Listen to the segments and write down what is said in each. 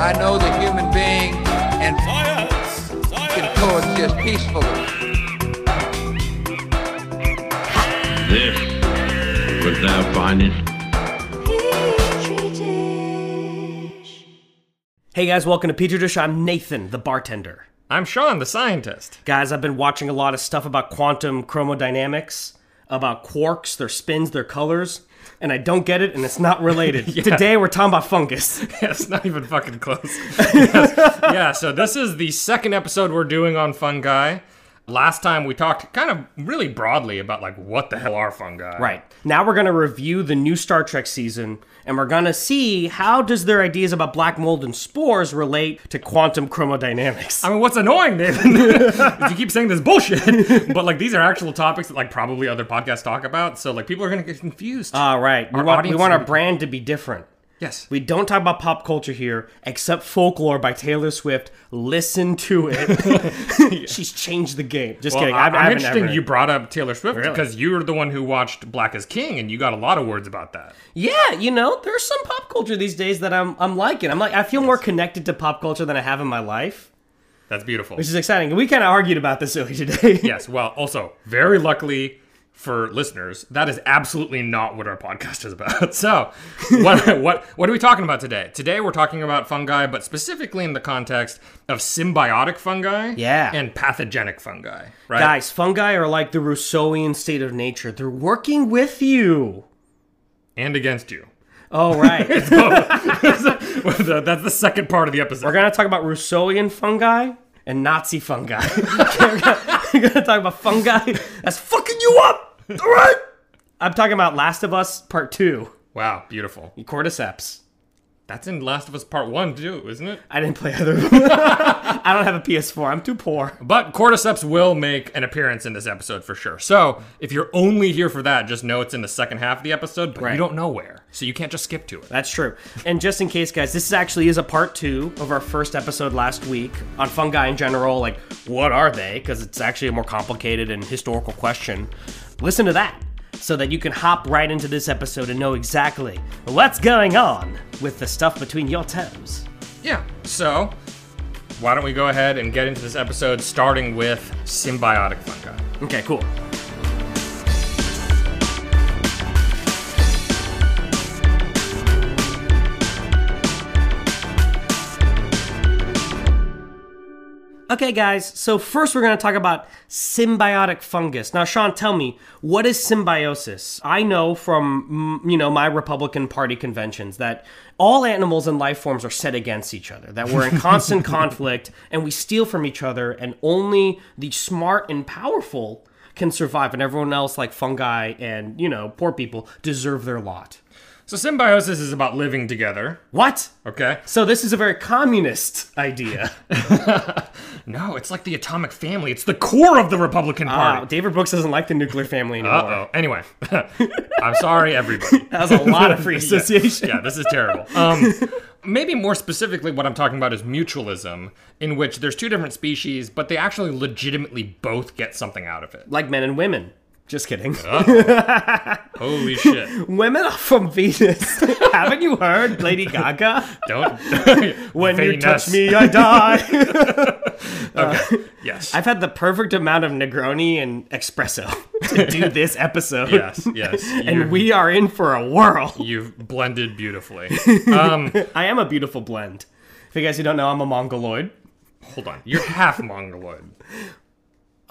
I know the human being and Science! can Science! coexist peacefully. This was our finest Hey guys, welcome to Petri Dish. I'm Nathan, the bartender. I'm Sean, the scientist. Guys, I've been watching a lot of stuff about quantum chromodynamics, about quarks, their spins, their colors, and I don't get it, and it's not related. Today we're talking about fungus. Yeah, it's not even fucking close. Yes. Yeah, so this is the second episode we're doing on fungi. Last time we talked kind of really broadly about like what the hell are fungi. Right. Now we're going to review the new Star Trek season and we're going to see how does their ideas about black mold and spores relate to quantum chromodynamics. I mean, what's annoying, Nathan, is you keep saying this bullshit, but like these are actual topics that like probably other podcasts talk about. So like people are gonna get confused. All right. We Our want, we audience- want our brand to be different. yes. Uh, We don't talk about pop culture here, except folklore by Taylor Swift. Listen to it. She's changed the game. Just Well, kidding. I, I, am I haven't interested ever- you brought up Taylor Swift Really? because you were the one who watched Black is King and you got a lot of words about that. yeah, you know, there's some pop culture these days that I'm I'm liking. I'm like I feel more connected to pop culture than I have in my life, That's beautiful. which is exciting. We kind of argued about this earlier today. Yes. Well, also, very luckily for listeners, that is absolutely not what our podcast is about. So, what what what are we talking about today? Today we're talking about fungi, but specifically in the context of symbiotic fungi, Yeah. and pathogenic fungi, right? Guys, fungi are like the Rousseauian state of nature. They're working with you. and against you. Oh, right. That's the second part of the episode. We're going to talk about Rousseauian fungi and Nazi fungi. We're going to talk about fungi that's fucking you up. All right. I'm talking about Last of Us Part 2, wow, beautiful. Cordyceps. That's in Last of Us Part One too, isn't it? I didn't play either of them. I don't have a PS4. I'm too poor. But cordyceps will make an appearance in this episode for sure. So if you're only here for that, just know it's in the second half of the episode, but Right. you don't know where. So you can't just skip to it. That's true. And just in case, guys, this actually is a part two of our first episode last week on fungi in general. Like, what are they? Because it's actually a more complicated and historical question. Listen to that so that you can hop right into this episode and know exactly what's going on with the stuff between your toes. Yeah. So why don't we go ahead and get into this episode starting with symbiotic fungi? Okay, cool. Okay, guys, so first we're going to talk about symbiotic fungus. Now, Sean, tell me, what is symbiosis? I know from, mm, you know, my Republican Party conventions that all animals and life forms are set against each other, that we're in constant conflict and we steal from each other, and only the smart and powerful can survive, and everyone else, like fungi and, you know, poor people, deserve their lot. So symbiosis is about living together. What? Okay. So, this is a very communist idea. No, it's like the atomic family. It's the core of the Republican Wow, Party. David Brooks doesn't like Ah, the nuclear family anymore. Uh oh. Anyway, I'm sorry, everybody. That was a lot of free association. yeah, this is terrible. Um, maybe more specifically, what I'm talking about is mutualism, in which there's two different species, but they actually legitimately both get something out of it. Like men and women. Just kidding. Holy shit! Women are from Venus. Haven't you heard Lady Gaga? Don't When you Venus. touch me, I die. Yes, I've had the perfect amount of Negroni and espresso to do this episode. yes, yes. And we are in for a whirl. you've blended beautifully. I am a beautiful blend. For you guys who don't know, I'm a Mongoloid. Hold on, you're half Mongoloid.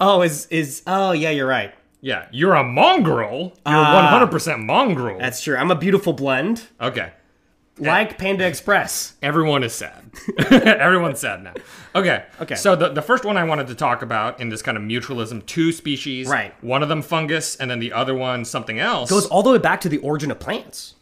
Oh, is is oh yeah, you're right. Yeah, you're a mongrel. You're 100% mongrel. Ah. That's true. I'm a beautiful blend, okay. like Panda Express. Everyone is sad. Everyone's sad now. Okay. Okay. So the, the first one I wanted to talk about in this kind of mutualism, two species. Right. One of them fungus, and then the other one something else. Goes all the way back to the origin of plants.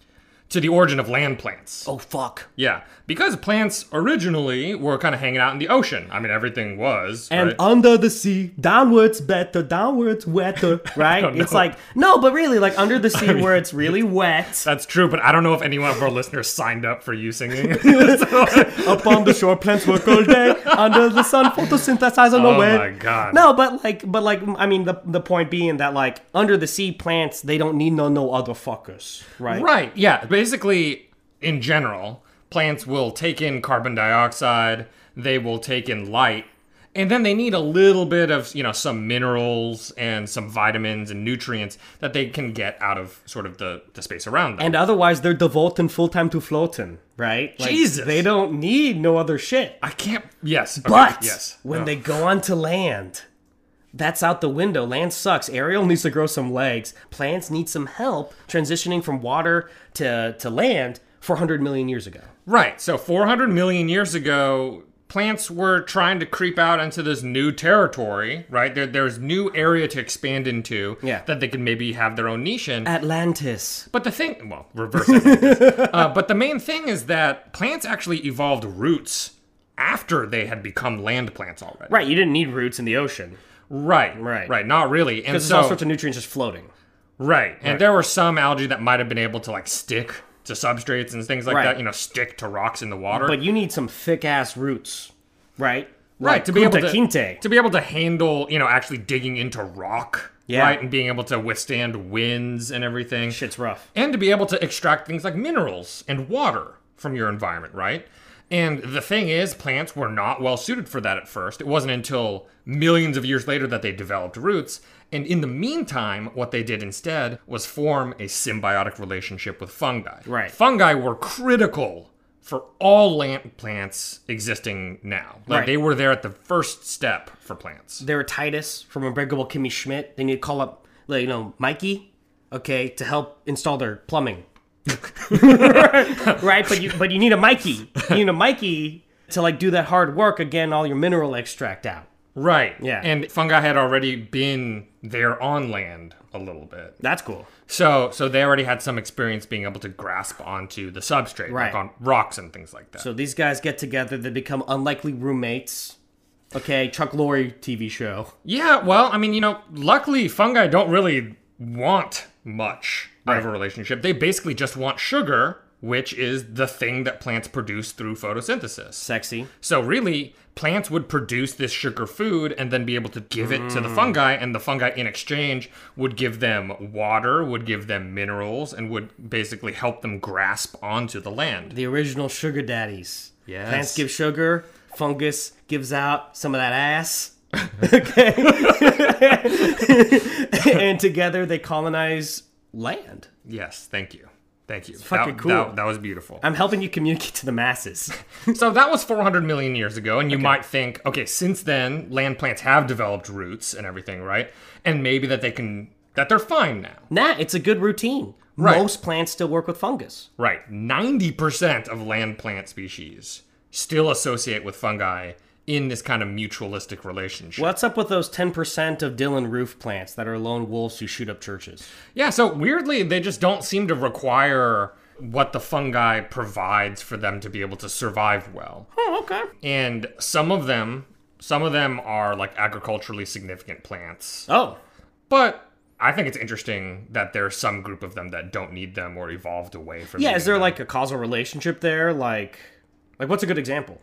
to the origin of land plants. Oh fuck. Yeah, because plants originally were kind of hanging out in the ocean. I mean, everything was. And right? under the sea, downwards better, downwards wetter, right? don't It's know. like no, but really, like under the sea where it's really wet, That's true, but I don't know if any one of our listeners signed up for you singing. So- up on the shore, plants work all day. Under the sun, photosynthesize on the Oh wet. my God. No, but like, but like, I mean, the the point being that like under the sea plants, they don't need no no other fuckers, right? right, yeah. Basically, in general, plants will take in carbon dioxide, they will take in light, and then they need a little bit of, you know, some minerals and some vitamins and nutrients that they can get out of sort of the, the space around them. And otherwise, they're devoting full time to floating, right? Like, Jesus. they don't need no other shit. I can't. Yes. okay, But yes. Oh. when Ugh. they go onto land, that's out the window. Land sucks. Ariel needs to grow some legs. Plants need some help transitioning from water to, to land 400 million years ago. Right. So 400 million years ago, plants were trying to creep out into this new territory, right? There, there's new area to expand into Yeah. Uh, that they could maybe have their own niche in. Atlantis. but the thing, well, reverse it. uh, but the main thing is that plants actually evolved roots after they had become land plants already. Right, you didn't need roots in the ocean. Right. Right. Right. Not really. And Because so, there's all sorts of nutrients just floating. right. And there were some algae that might have been able to like stick to substrates and things like Right. that, you know, stick to rocks in the water. But you need some thick ass roots, right? right Like to be able to Kunta Kinte. to be able to handle you know actually digging into rock Yeah. right and being able to withstand winds and everything Shit's rough. and to be able to extract things like minerals and water from your environment right and the thing is plants were not well suited for that at first it wasn't until millions of years later that they developed roots and in the meantime what they did instead was form a symbiotic relationship with fungi Right. fungi were critical for all land plants existing now. Like Right. they were there at the first step for plants. They were Titus from Unbreakable Kimmy Schmidt. They need to call up, like, you know, Mikey, okay, to help install their plumbing. right, but you but you need a Mikey. You need a Mikey to like do that hard work again. All your mineral extract out. Right. Yeah. And fungi had already been there on land a little bit. That's cool. So so they already had some experience being able to grasp onto the substrate, Right. like on rocks and things like that. So these guys get together. They become unlikely roommates. Okay, Chuck Lorre TV show. yeah, well, I mean, you know, luckily fungi don't really want much out of a relationship. They basically just want sugar, which is the thing that plants produce through photosynthesis. Sexy. So really, plants would produce this sugar food and then be able to give it Mm. to the fungi, and the fungi in exchange would give them water, would give them minerals, and would basically help them grasp onto the land. The original sugar daddies. Yes. Plants give sugar. Fungus gives out some of that ass. okay. and together they colonize land. Yes, thank you. Thank you. fucking that, cool. That, that was beautiful. I'm helping you communicate to the masses. so that was 400 million years ago, and you might think, okay, since then, land plants have developed roots and everything, right? And maybe that they can, that they're fine now. Nah, it's a good routine. Right. Most plants still work with fungus. Right. 90% of land plant species still associate with fungi in this kind of mutualistic relationship. What's up with those 10% of Dylan roof plants that are lone wolves who shoot up churches? Yeah, so weirdly, they just don't seem to require what the fungi provides for them to be able to survive well. Oh, okay. And some of them, some of them are like agriculturally significant plants. Oh, But I think it's interesting that there's some group of them that don't need them or evolved away from yeah. Is needing there them. like a causal relationship there? Like, like what's a good example?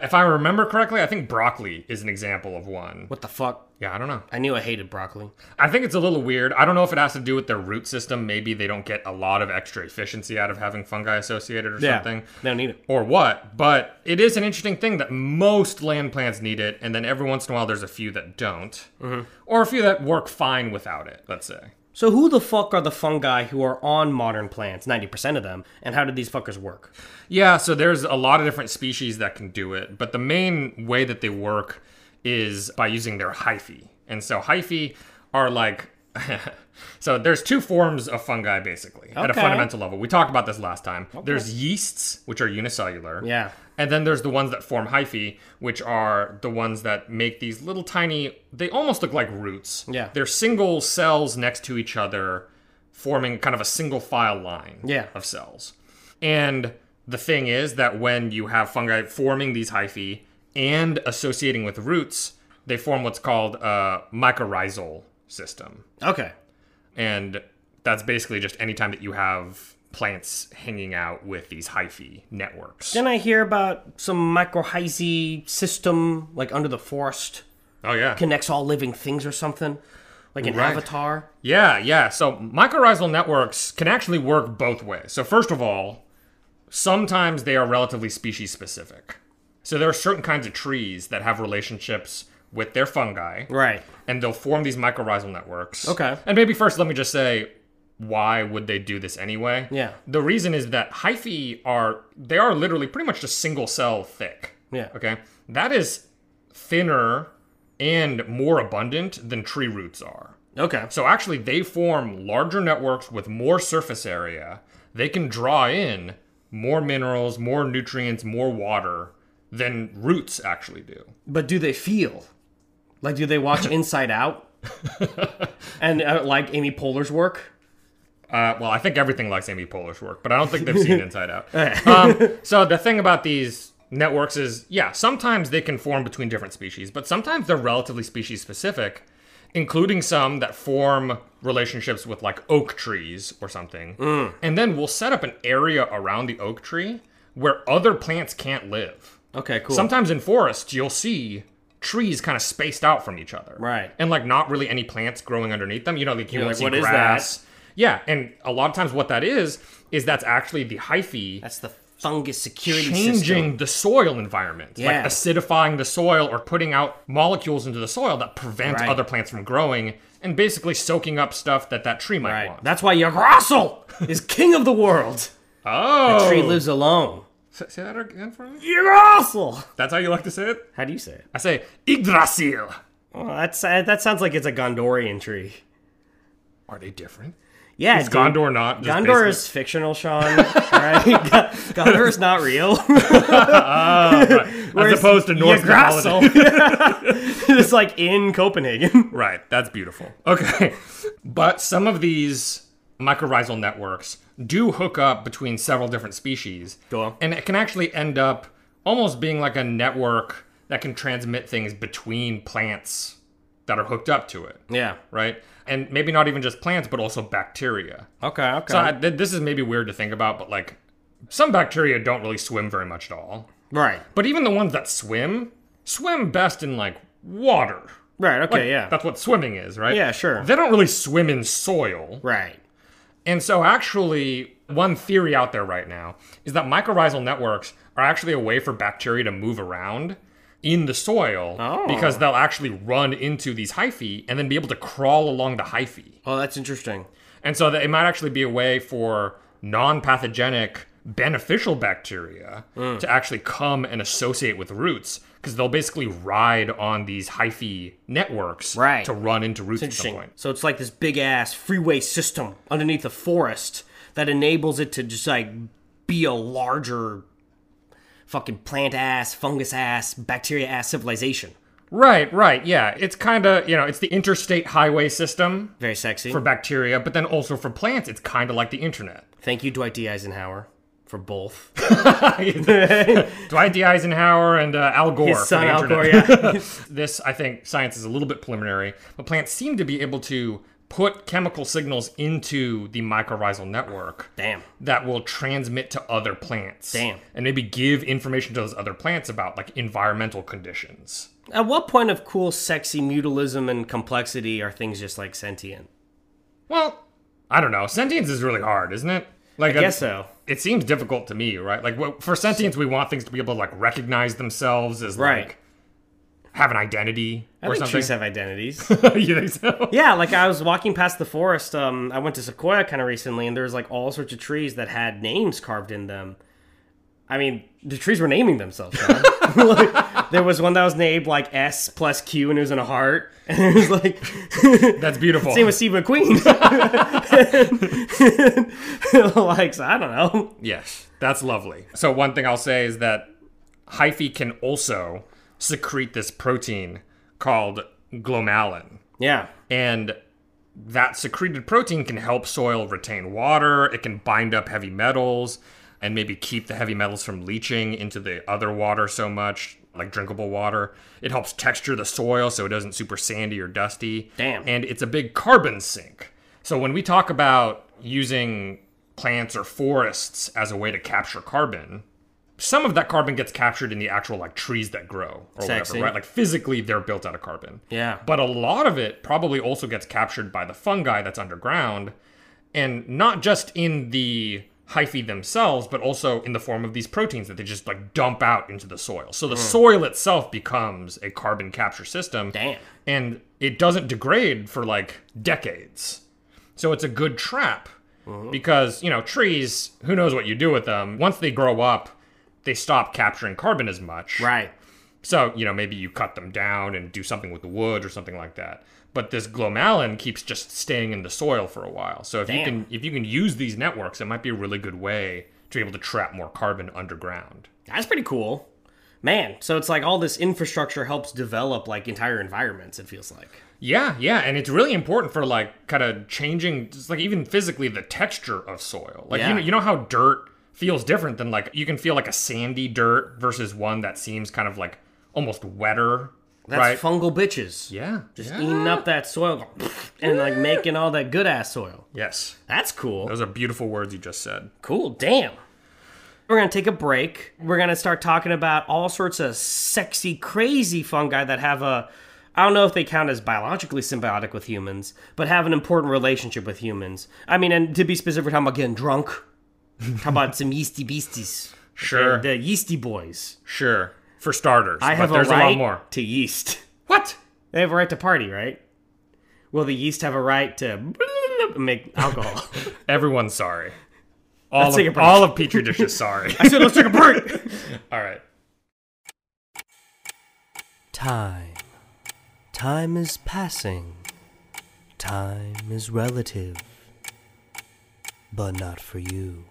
If I remember correctly, I think broccoli is an example of one. What the fuck? Yeah, I don't know. I knew I hated broccoli. I think it's a little weird. I don't know if it has to do with their root system. Maybe they don't get a lot of extra efficiency out of having fungi associated or something. They don't need it. Or what, but it is an interesting thing that most land plants need it, and then every once in a while there's a few that don't, or a few that work fine without it, let's say. So who the fuck are the fungi who are on modern plants, 90% of them, and how did these fuckers work? Yeah, so there's a lot of different species that can do it, but the main way that they work is by using their hyphae. And so hyphae are like so there's two forms of fungi basically at a Okay. fundamental level. We talked about this last time. There's yeasts, which are unicellular. Yeah. And then there's the ones that form hyphae, which are the ones that make these little tiny they almost look like roots. Yeah. They're single cells next to each other forming kind of a single file line Yeah. of cells. And the thing is that when you have fungi forming these hyphae and associating with roots, they form what's called a mycorrhizal system. Okay. And that's basically just any time that you have plants hanging out with these hyphae networks. Then I hear about some mycorrhizae system like under the forest Oh yeah. connects all living things or something, like an Right. avatar. Yeah, yeah. So mycorrhizal networks can actually work both ways. So first of all, sometimes they are relatively species specific. So there are certain kinds of trees that have relationships with their fungi, Right. and they'll form these mycorrhizal networks. Okay. And maybe first, let me just say, why would they do this anyway? Yeah. The reason is that hyphae are they are literally pretty much just single cell thick. Yeah. Okay. That is thinner and more abundant than tree roots are. Okay. So actually, they form larger networks with more surface area. They can draw in more minerals, more nutrients, more water than roots actually do. But do they feel? Like, do they watch Inside Out? and uh, like Amy Poehler's work? Uh, well, I think everything likes Amy Poehler's work, but I don't think they've seen Inside Out. um, so the thing about these networks is, yeah, sometimes they can form between different species, but sometimes they're relatively species specific, including some that form relationships with like oak trees or something. And then we'll set up an area around the oak tree where other plants can't live. Okay, cool. Sometimes in forests, you'll see trees kind of spaced out from each other. Right. And like not really any plants growing underneath them. You know, like you You're won't like, see "What is that?" grass. Yeah, and a lot of times what that is is that's actually the hyphae That's the fungus security changing system. the soil environment, Yeah. like acidifying the soil or putting out molecules into the soil that prevent Right. other plants from growing and basically soaking up stuff that that tree might Right. want. That's why Yggdrasil is king of the world. oh, Tree lives alone. S- Say that again for me. Yggdrasil! That's how you like to say it. How do you say it? I say Yggdrasil. Oh, that's, uh, that sounds like it's a Gondorian tree. Are they different? Yeah, Is dude. Gondor not? just Gondor basically- is fictional, Sean. all right? Go- Gondor is not real. Ah, as opposed to Norse mythology. it's like in Copenhagen. Right, that's beautiful. Okay. But some of these mycorrhizal networks do hook up between several different species. Go on. And it can actually end up almost being like a network that can transmit things between plants that are hooked up to it. Yeah. Right? And maybe not even just plants, but also bacteria. Okay. Okay. So I, th- this is maybe weird to think about, but like some bacteria don't really swim very much at all. right. But even the ones that swim, swim best in like water. Right. Okay. Like, yeah. That's what swimming is, right? Yeah, sure. They don't really swim in soil. right. And so, actually, one theory out there right now is that mycorrhizal networks are actually a way for bacteria to move around in the soil Oh. because they'll actually run into these hyphae and then be able to crawl along the hyphae. Oh, that's interesting. And so, that it might actually be a way for non pathogenic beneficial bacteria Mm. to actually come and associate with roots because they'll basically ride on these hyphae networks Right. to run into roots at some Interesting. point. So it's like this big ass freeway system underneath the forest that enables it to just like be a larger fucking plant ass, fungus ass, bacteria ass civilization. Right, right, yeah. It's kind of, you know, it's the interstate highway system Very sexy. for bacteria, but then also for plants, it's kind of like the internet. Thank you, Dwight D. Eisenhower, for both. Dwight D. Eisenhower and uh, Al Gore. His son, for the Al Gore, internet. yeah. this, I think, science is a little bit preliminary, but plants seem to be able to put chemical signals into the mycorrhizal network Damn. that will transmit to other plants. Damn. And maybe give information to those other plants about, like, environmental conditions. At what point of cool, sexy mutalism and complexity are things just like sentient? Well, I don't know. Sentience is really hard, isn't it? Like, uh, I guess so. it seems difficult to me, right? Like what- for sentience, we want things to be able to like recognize themselves as Right. like have an identity I or think trees something. have identities. you think so? yeah, like I was walking past the forest. Um, I went to Sequoia kind of recently, and there was like all sorts of trees that had names carved in them. I mean, the trees were naming themselves. Sean. Like, there was one that was named like S plus Q, and it was in a heart, and it was like That's beautiful. same with Steve McQueen. like, so I don't know. yes, that's lovely. So one thing I'll say is that hyphae can also secrete this protein called glomalin, Yeah. and that secreted protein can help soil retain water. It can bind up heavy metals. and maybe keep the heavy metals from leaching into the other water so much, like drinkable water. It helps texture the soil so it doesn't super sandy or dusty. Damn. And it's a big carbon sink. So when we talk about using plants or forests as a way to capture carbon, some of that carbon gets captured in the actual like trees that grow or Sexy. whatever, right? Like physically they're built out of carbon. Yeah. But a lot of it probably also gets captured by the fungi that's underground and not just in the hyphae themselves, but also in the form of these proteins that they just like dump out into the soil. So the Hmm. soil itself becomes a carbon capture system. Damn. And it doesn't degrade for like decades. So it's a good trap Mm-hmm. because, you know, trees, who knows what you do with them. Once they grow up, they stop capturing carbon as much. Right. So, you know, maybe you cut them down and do something with the wood or something like that. But this glomalin keeps just staying in the soil for a while. So if you Damn. can if you can use these networks, it might be a really good way to be able to trap more carbon underground. That's pretty cool. Man, so it's like all this infrastructure helps develop like entire environments, it feels like. Yeah, yeah, and it's really important for like kind of changing, just like even physically the texture of soil. Like Yeah. you know, you know how dirt feels different than like you can feel like a sandy dirt versus one that seems kind of like almost wetter, That's right? fungal bitches. yeah, Just yeah. eating up that soil and like making all that good ass soil. yes. That's cool. Those are beautiful words you just said. Cool. Damn. We're going to take a break. We're going to start talking about all sorts of sexy, crazy fungi that have a. I don't know if they count as biologically symbiotic with humans, but have an important relationship with humans. I mean, and to be specific, we're talking about getting drunk. How about some yeasty beasties? Sure, The yeasty boys. sure. For starters, uh, I but have a there's a, right lot more. to yeast. What? They have a right to party, right? Will the yeast have a right to make alcohol? Everyone's sorry. All take a of, break. all of petri dishes sorry. so let's take a break. all right. Time. Time is passing. Time is relative. But not for you.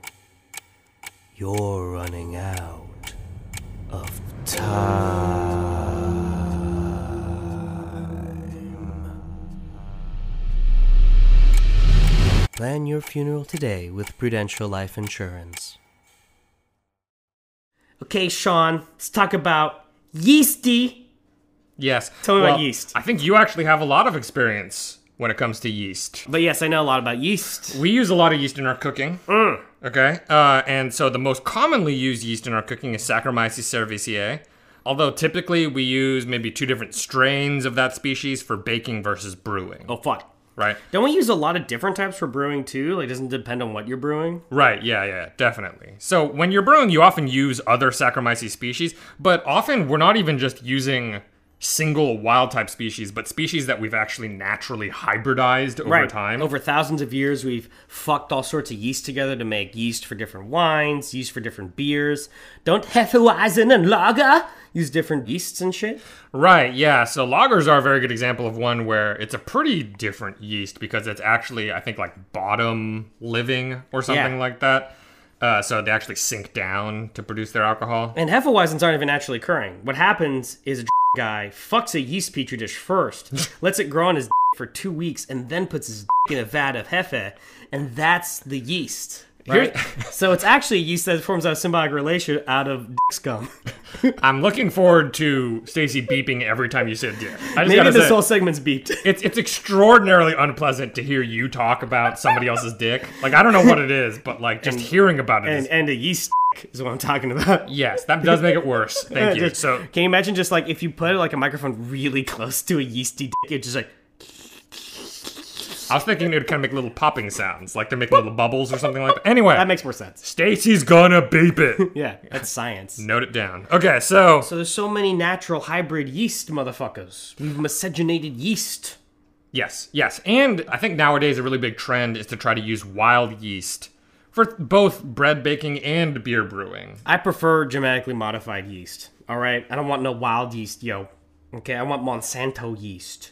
You're running out of time. Plan your funeral today with Prudential Life Insurance. Okay, Sean, let's talk about yeasty Yes. Tell me about yeast. I think you actually have a lot of experience when it comes to yeast. But yes, I know a lot about yeast. We use a lot of yeast in our cooking. Mm. Okay. Uh, and so the most commonly used yeast in our cooking is Saccharomyces cerevisiae. Although typically we use maybe two different strains of that species for baking versus brewing. Oh fuck. Right. Don't we use a lot of different types for brewing too? Like doesn't depend on what you're brewing. Right, yeah, yeah, definitely. So when you're brewing, you often use other Saccharomyces species, but often we're not even just using single wild type species, but species that we've actually naturally hybridized over time. Over thousands of years we've fucked all sorts of yeast together to make yeast for different wines, yeast for different beers. Don't Hefeweizen and lager use different yeasts and shit. Right, yeah. So lagers are a very good example of one where it's a pretty different yeast because it's actually, I think, like bottom living or something Yeah. like that. Uh, so they actually sink down to produce their alcohol. And Hefeweizens aren't even naturally occurring. What happens is a guy fucks a yeast petri dish first, lets it grow on his for two weeks, and then puts his in a vat of Hefe, and that's the yeast. Right? so it's actually yeast that forms a symbiotic relation out of scum. I'm looking forward to Stacy beeping every time you said yeah. I just Maybe gotta this say- whole segment's beeped. It's it's extraordinarily unpleasant to hear you talk about somebody else's dick. Like I don't know what it is, but like just hearing about it is And, and a yeast is what I'm talking about. Uh, yes, that does make it worse. Thank you. Just- So can you imagine just like if you put like a microphone really close to a yeasty dick, it's just like I was thinking it would kind of make little popping sounds, like they're making little bubbles or something like that. Anyway, that makes more sense. Stacy's gonna beep it. Yeah, that's science. Note it down. Okay, so So there's so many natural hybrid yeast motherfuckers. We've miscegenated yeast. Yes, yes. And I think nowadays a really big trend is to try to use wild yeast for both bread baking and beer brewing. I prefer genetically modified yeast. All right, I don't want no wild yeast, yo. Okay, I want Monsanto yeast.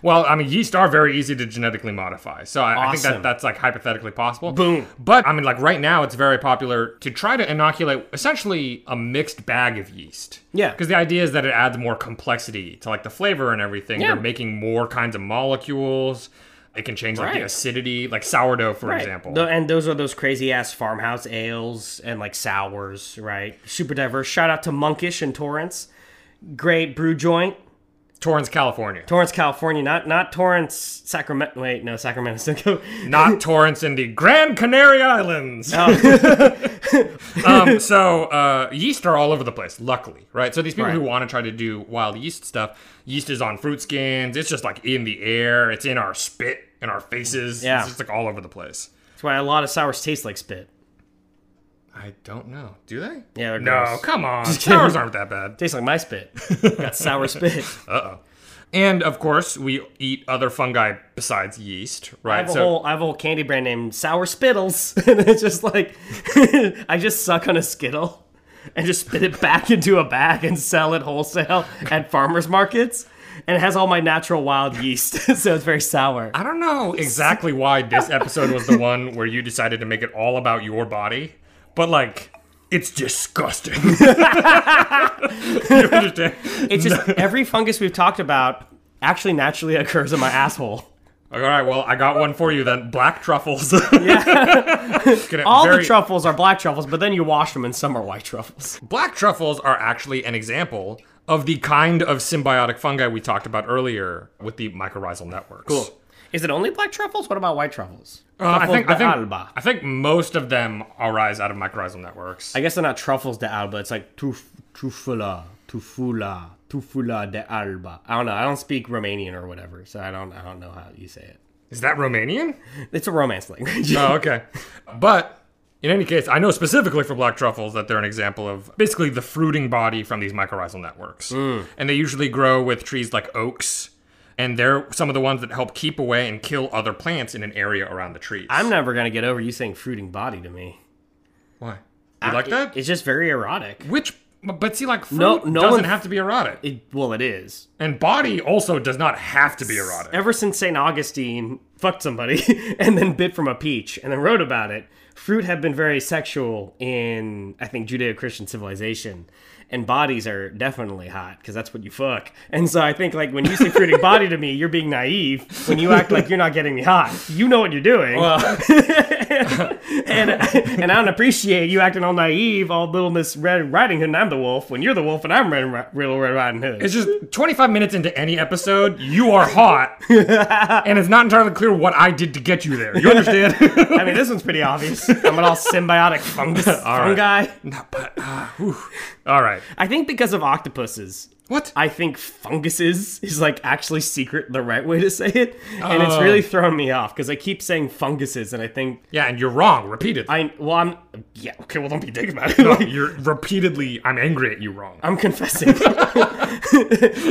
Well, I mean, yeast are very easy to genetically modify, so I, I think Awesome. that that's like hypothetically possible. Boom. But I mean, like right now, it's very popular to try to inoculate essentially a mixed bag of yeast. Yeah. Because the idea is that it adds more complexity to like the flavor and everything. Yeah. They're making more kinds of molecules. It can change like Right. the acidity, like sourdough, for Right. example. Tho- and those are those crazy ass farmhouse ales and like sours, right? Super diverse. Shout out to Monkish and Torrance. Great brew joint. Torrance, California. Torrance, California, not not Torrance, Sacramento. Wait, no, Sacramento. Still go. Not Torrance in the Grand Canary Islands. um, so uh, yeast are all over the place, luckily, right? So these people Right. who want to try to do wild yeast stuff, yeast is on fruit skins. It's just like in the air. It's in our spit, in our faces. Yeah. It's just like all over the place. That's why a lot of sours taste like spit. I don't know. Do they? Yeah, they're No, gross. come on. kidding. Sours aren't that bad. Tastes like my spit. Got sour spit. And of course, we eat other fungi besides yeast, I right? have, a whole, I have a whole candy brand named Sour Spittles. and it's just like, I just suck on a Skittle and just spit it back into a bag and sell it wholesale at farmers markets. And it has all my natural wild yeast. so it's very sour. I don't know exactly why this episode was the one where you decided to make it all about your body, but like, it's disgusting. you understand? It's just every fungus we've talked about actually naturally occurs in my asshole. All right, well, I got one for you then. Black truffles. Gonna- All very- the truffles are black truffles, but then you wash them and some are white truffles. Black truffles are actually an example of the kind of symbiotic fungi we talked about earlier with the mycorrhizal networks. Cool. Uh, Is it only black truffles? What about white truffles? I think I de think, Alba. I think most of them arise out of mycorrhizal networks. I guess they're not truffles de Alba. It's like tuf, tufula, tufula, tufula de Alba. I don't know. I don't speak Romanian or whatever, so I don't. I don't know how you say it. Is that Romanian? It's a Romance language. Oh, okay. But in any case, I know specifically for black truffles that they're an example of basically the fruiting body from these mycorrhizal networks. Mm. And they usually grow with trees like oaks, and they're some of the ones that help keep away and kill other plants in an area around the trees. I'm never gonna get over you saying fruiting body to me. Why? You like that? It's just very erotic. Which, but see, like, fruit No- no doesn't one- have to be erotic. It, well, it is. and body also does not have to be erotic. Ever since Saint Augustine fucked somebody and then bit from a peach and then wrote about it, fruit have been very sexual in I think Judeo-Christian civilization, and bodies are definitely hot because that's what you fuck. And so I think like when you say fruiting body to me, you're being naive when you act like you're not getting me hot. You know what you're doing, and and I don't appreciate you acting all naive, all little Miss Red Riding Hood, and I'm the wolf when you're the wolf and I'm Red, Little Red Riding Hood. It's just 25 minutes into any episode, you are hot, and it's not entirely clear what I did to get you there. You understand? I mean, this one's pretty obvious. I'm an all symbiotic fungus right. fungi. No, but uh, whew. all right. I think because of octopuses, What? I think funguses is like actually secret the right way to say it, and Oh. it's really thrown me off because I keep saying funguses, and I think yeah, and you're wrong repeatedly. I well I'm yeah okay well don't be a dick about it. No, Like, you're repeatedly. I'm angry at you. Wrong. I'm confessing.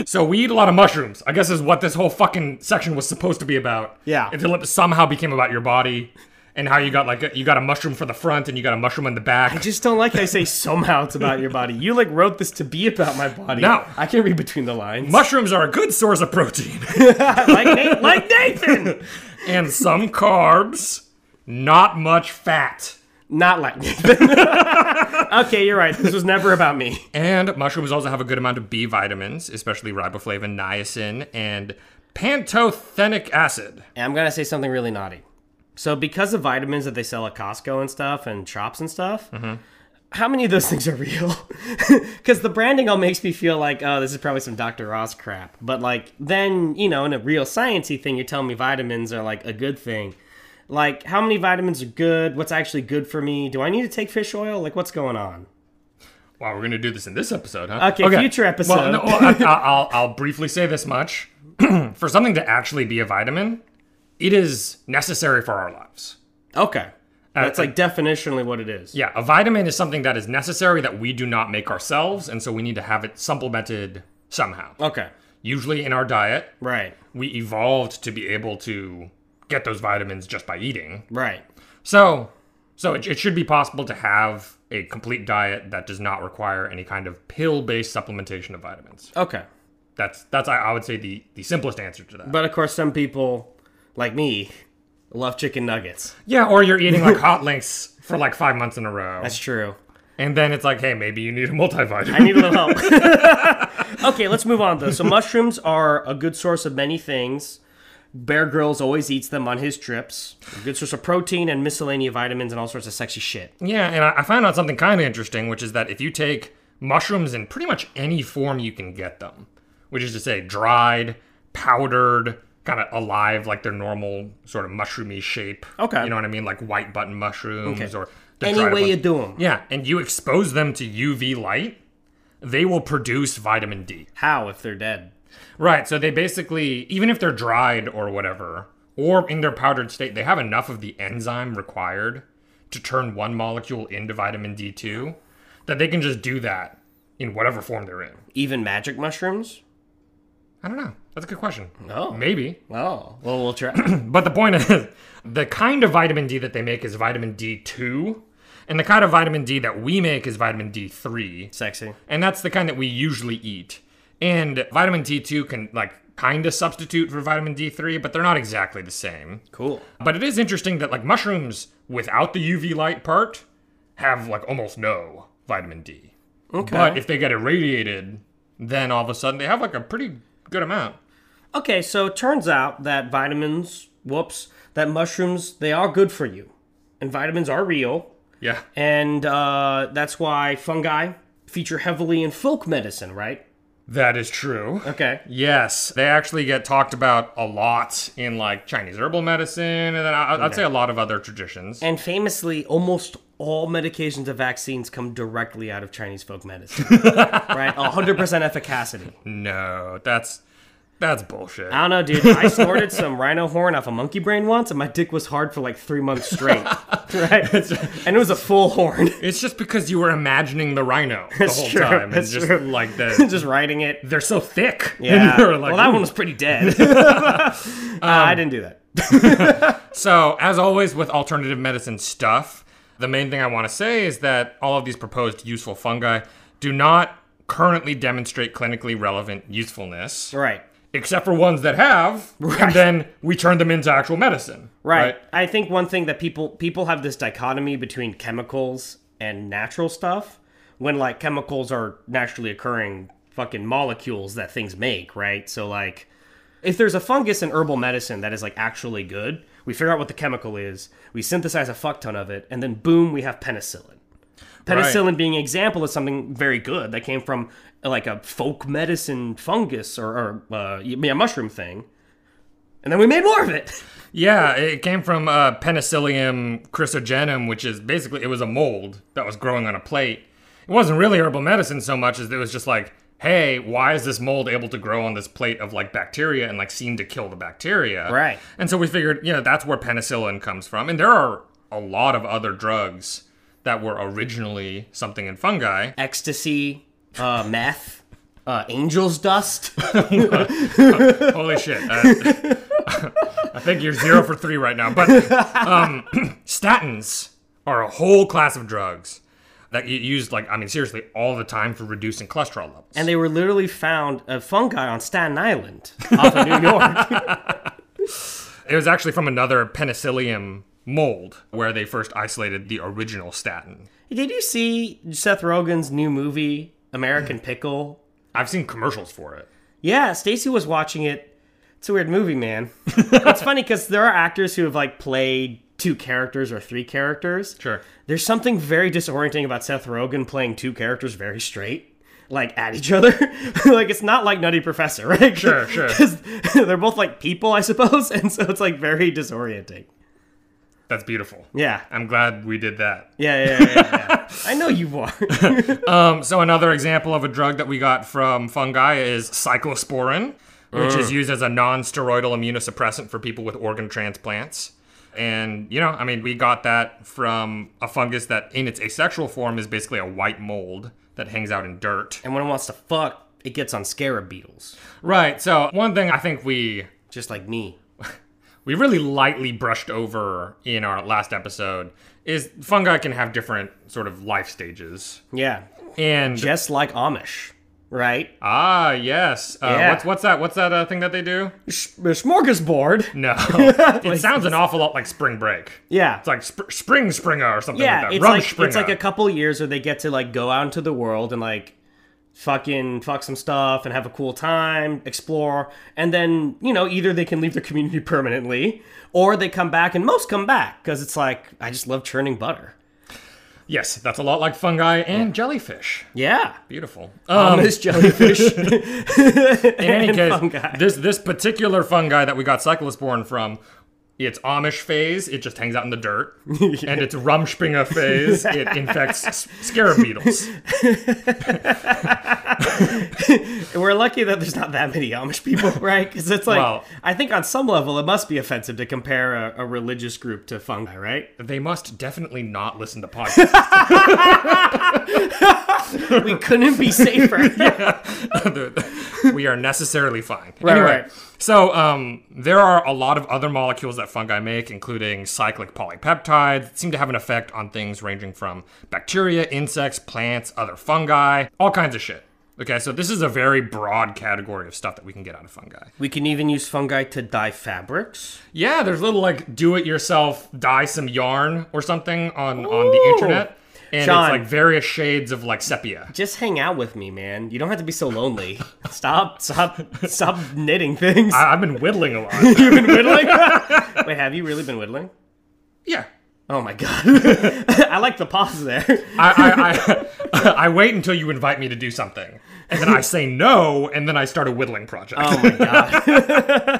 So we eat a lot of mushrooms. I guess is what this whole fucking section was supposed to be about. Yeah. Until it somehow became about your body and how you got like a, you got a mushroom for the front and you got a mushroom in the back. I just don't like how I say somehow it's about your body. You like wrote this to be about my body. No. I can read between the lines. mushrooms are a good source of protein like, Na- like Nathan, and some carbs, not much fat. not like Nathan. okay, you're right. This was never about me. And mushrooms also have a good amount of B vitamins, especially riboflavin, niacin, and pantothenic acid. And I'm gonna say something really naughty. So because of vitamins that they sell at Costco and stuff and shops and stuff, Mm-hmm. how many of those things are real? Because the branding all makes me feel like, oh, this is probably some Dr. Ross crap. But like then, you know, in a real sciencey thing, you're telling me vitamins are like a good thing. Like, how many vitamins are good? What's actually good for me? Do I need to take fish oil? Like, what's going on? Wow, we're gonna do this in this episode, huh? Okay, future episode. Well, no, well, I, I'll, I'll briefly say this much: for something to actually be a vitamin, it is necessary for our lives. Okay. That's uh, like definitionally what it is. Yeah, a vitamin is something that is necessary that we do not make ourselves, and so we need to have it supplemented somehow. Okay. Usually in our diet, Right. we evolved to be able to get those vitamins just by eating. Right. So, so it, it should be possible to have a complete diet that does not require any kind of pill-based supplementation of vitamins. Okay. That's that's I, I would say the the simplest answer to that. But of course, some people, like me, love chicken nuggets. yeah, or you're eating like hot links for like five months in a row, That's true. and then it's like, hey, maybe you need a multivitamin. I need a little help. okay, let's move on though. So mushrooms are a good source of many things. Bear Grylls always eats them on his trips. A good source of protein and miscellaneous vitamins and all sorts of sexy shit. Yeah, and I I found out something kind of interesting, which is that if you take mushrooms in pretty much any form you can get them, which is to say dried, powdered, kind of alive, like their normal sort of mushroomy shape. Okay. You know what I mean? Like white button mushrooms Okay. or the Any dried way you ones. do them. Yeah, and you expose them to UV light, they will produce vitamin D. How if they're dead? Right, so they basically, even if they're dried or whatever, or in their powdered state, they have enough of the enzyme required to turn one molecule into vitamin D2 that they can just do that in whatever form they're in. Even magic mushrooms? I don't know. That's a good question. Oh. Maybe. Oh, well, we'll try. But the point is, the kind of vitamin D that they make is vitamin D2, and the kind of vitamin D that we make is vitamin D3. Sexy. and that's the kind that we usually eat. And vitamin D2 can like kind of substitute for vitamin D3, but they're not exactly the same. Cool. But it is interesting that like mushrooms without the UV light part have like almost no vitamin D. Okay. But if they get irradiated, then all of a sudden they have like a pretty good amount. okay, so it turns out that vitamins, whoops, that mushrooms, they are good for you. And vitamins are real. Yeah. And uh, that's why fungi feature heavily in folk medicine, right? That is true. Okay. Yes, they actually get talked about a lot in like Chinese herbal medicine, and then I, I'd say a lot of other traditions. And famously, almost all medications and vaccines come directly out of Chinese folk medicine, right? 100% efficacity. no, that's that's bullshit. I don't know, dude. I snorted some rhino horn off a monkey brain once, and my dick was hard for like three months straight, right? And it was a full horn. It's just because you were imagining the rhino the That's whole true, time. and that's just true. like the Just riding it. they're so thick. Yeah. And you're like, well, that "Ooh." Um, one was pretty dead. Uh, I didn't do that. So, as always with alternative medicine stuff, the main thing I want to say is that all of these proposed useful fungi do not currently demonstrate clinically relevant usefulness, Right. except for ones that have, and then we turn them into actual medicine. right. I think one thing that people people have this dichotomy between chemicals and natural stuff when like chemicals are naturally occurring fucking molecules that things make, right? So like if there's a fungus in herbal medicine that is like actually good, we figure out what the chemical is, we synthesize a fuck ton of it, and then boom, we have penicillin. Penicillin being an example of something very good that came from like a folk medicine fungus or, or uh, yeah, mushroom thing. And then we made more of it. Yeah, it came from uh, Penicillium chrysogenum, which is basically it was a mold that was growing on a plate. It wasn't really herbal medicine so much as it was just like, hey, why is this mold able to grow on this plate of like bacteria and like seem to kill the bacteria? Right. And so we figured, you know, that's where penicillin comes from. And there are a lot of other drugs that were originally something in fungi. ecstasy, uh, meth, uh, angel's dust. Holy shit. Uh, I think you're zero for three right now. But um, statins are a whole class of drugs that you used, like, I mean, seriously, all the time for reducing cholesterol levels. and they were literally found a fungi on Staten Island off of New York. it was actually from another penicillium mold where they first isolated the original statin. Did you see Seth Rogen's new movie, American Pickle? I've seen commercials for it. Yeah, Stacy was watching it. It's a weird movie, man. it's funny because there are actors who have like played two characters or three characters. Sure. There's something very disorienting about Seth Rogen playing two characters very straight, like at each other. like it's not like Nutty Professor, right? Sure, sure. 'Cause they're both like people, I suppose, and so it's like very disorienting. That's beautiful. Yeah, I'm glad we did that. yeah, yeah, yeah. yeah, yeah. I know you are. Um, so another example of a drug that we got from fungi is cyclosporin, which is used as a non-steroidal immunosuppressant for people with organ transplants. And you know, I mean, we got that from a fungus that, in its asexual form, is basically a white mold that hangs out in dirt. and when it wants to fuck, it gets on scarab beetles, Right. So one thing I think we just like me. we really lightly brushed over in our last episode is fungi can have different sort of life stages. Yeah, And just like Amish, right? ah, yes. Uh, Yeah. What's what's that? What's that uh, thing that they do? Sh- smorgasbord. No, it sounds an awful lot like spring break. Yeah. It's like sp- spring springer or something yeah, like that. it's Rum like springer. it's like a couple years where they get to like go out into the world and like fucking fuck some stuff and have a cool time, explore, and then, you know, either they can leave the community permanently or they come back and most come back because it's like, I just love churning butter. Yes, that's a lot like fungi and jellyfish. Yeah. Beautiful. Um, Um, this jellyfish. in any and case, fungi. this this particular fungi that we got cyclosporin from, its Amish phase, it just hangs out in the dirt, and its Rumspringer phase, it infects s- scarab beetles. We're lucky that there's not that many Amish people, right? Because it's like, Well- I think on some level it must be offensive to compare a, a religious group to fungi, right? They must definitely not listen to podcasts. We couldn't be safer. we are necessarily fine. Right, anyway, right. so um, there are a lot of other molecules that fungi make, including cyclic polypeptides, that seem to have an effect on things ranging from bacteria, insects, plants, other fungi, all kinds of shit. Okay, so this is a very broad category of stuff that we can get out of fungi. We can even use fungi to dye fabrics. Yeah, there's little like do it yourself, dye some yarn or something on on the Ooh. internet. And Sean. it's like various shades of like sepia. Just hang out with me, man. You don't have to be so lonely. Stop, stop, stop knitting things. I- I've been whittling a lot. You've been whittling? Wait, have you really been whittling? yeah. Oh my god. I like the pause there. I, I, I, I wait until you invite me to do something. And then I say no, and then I start a whittling project. Oh my god.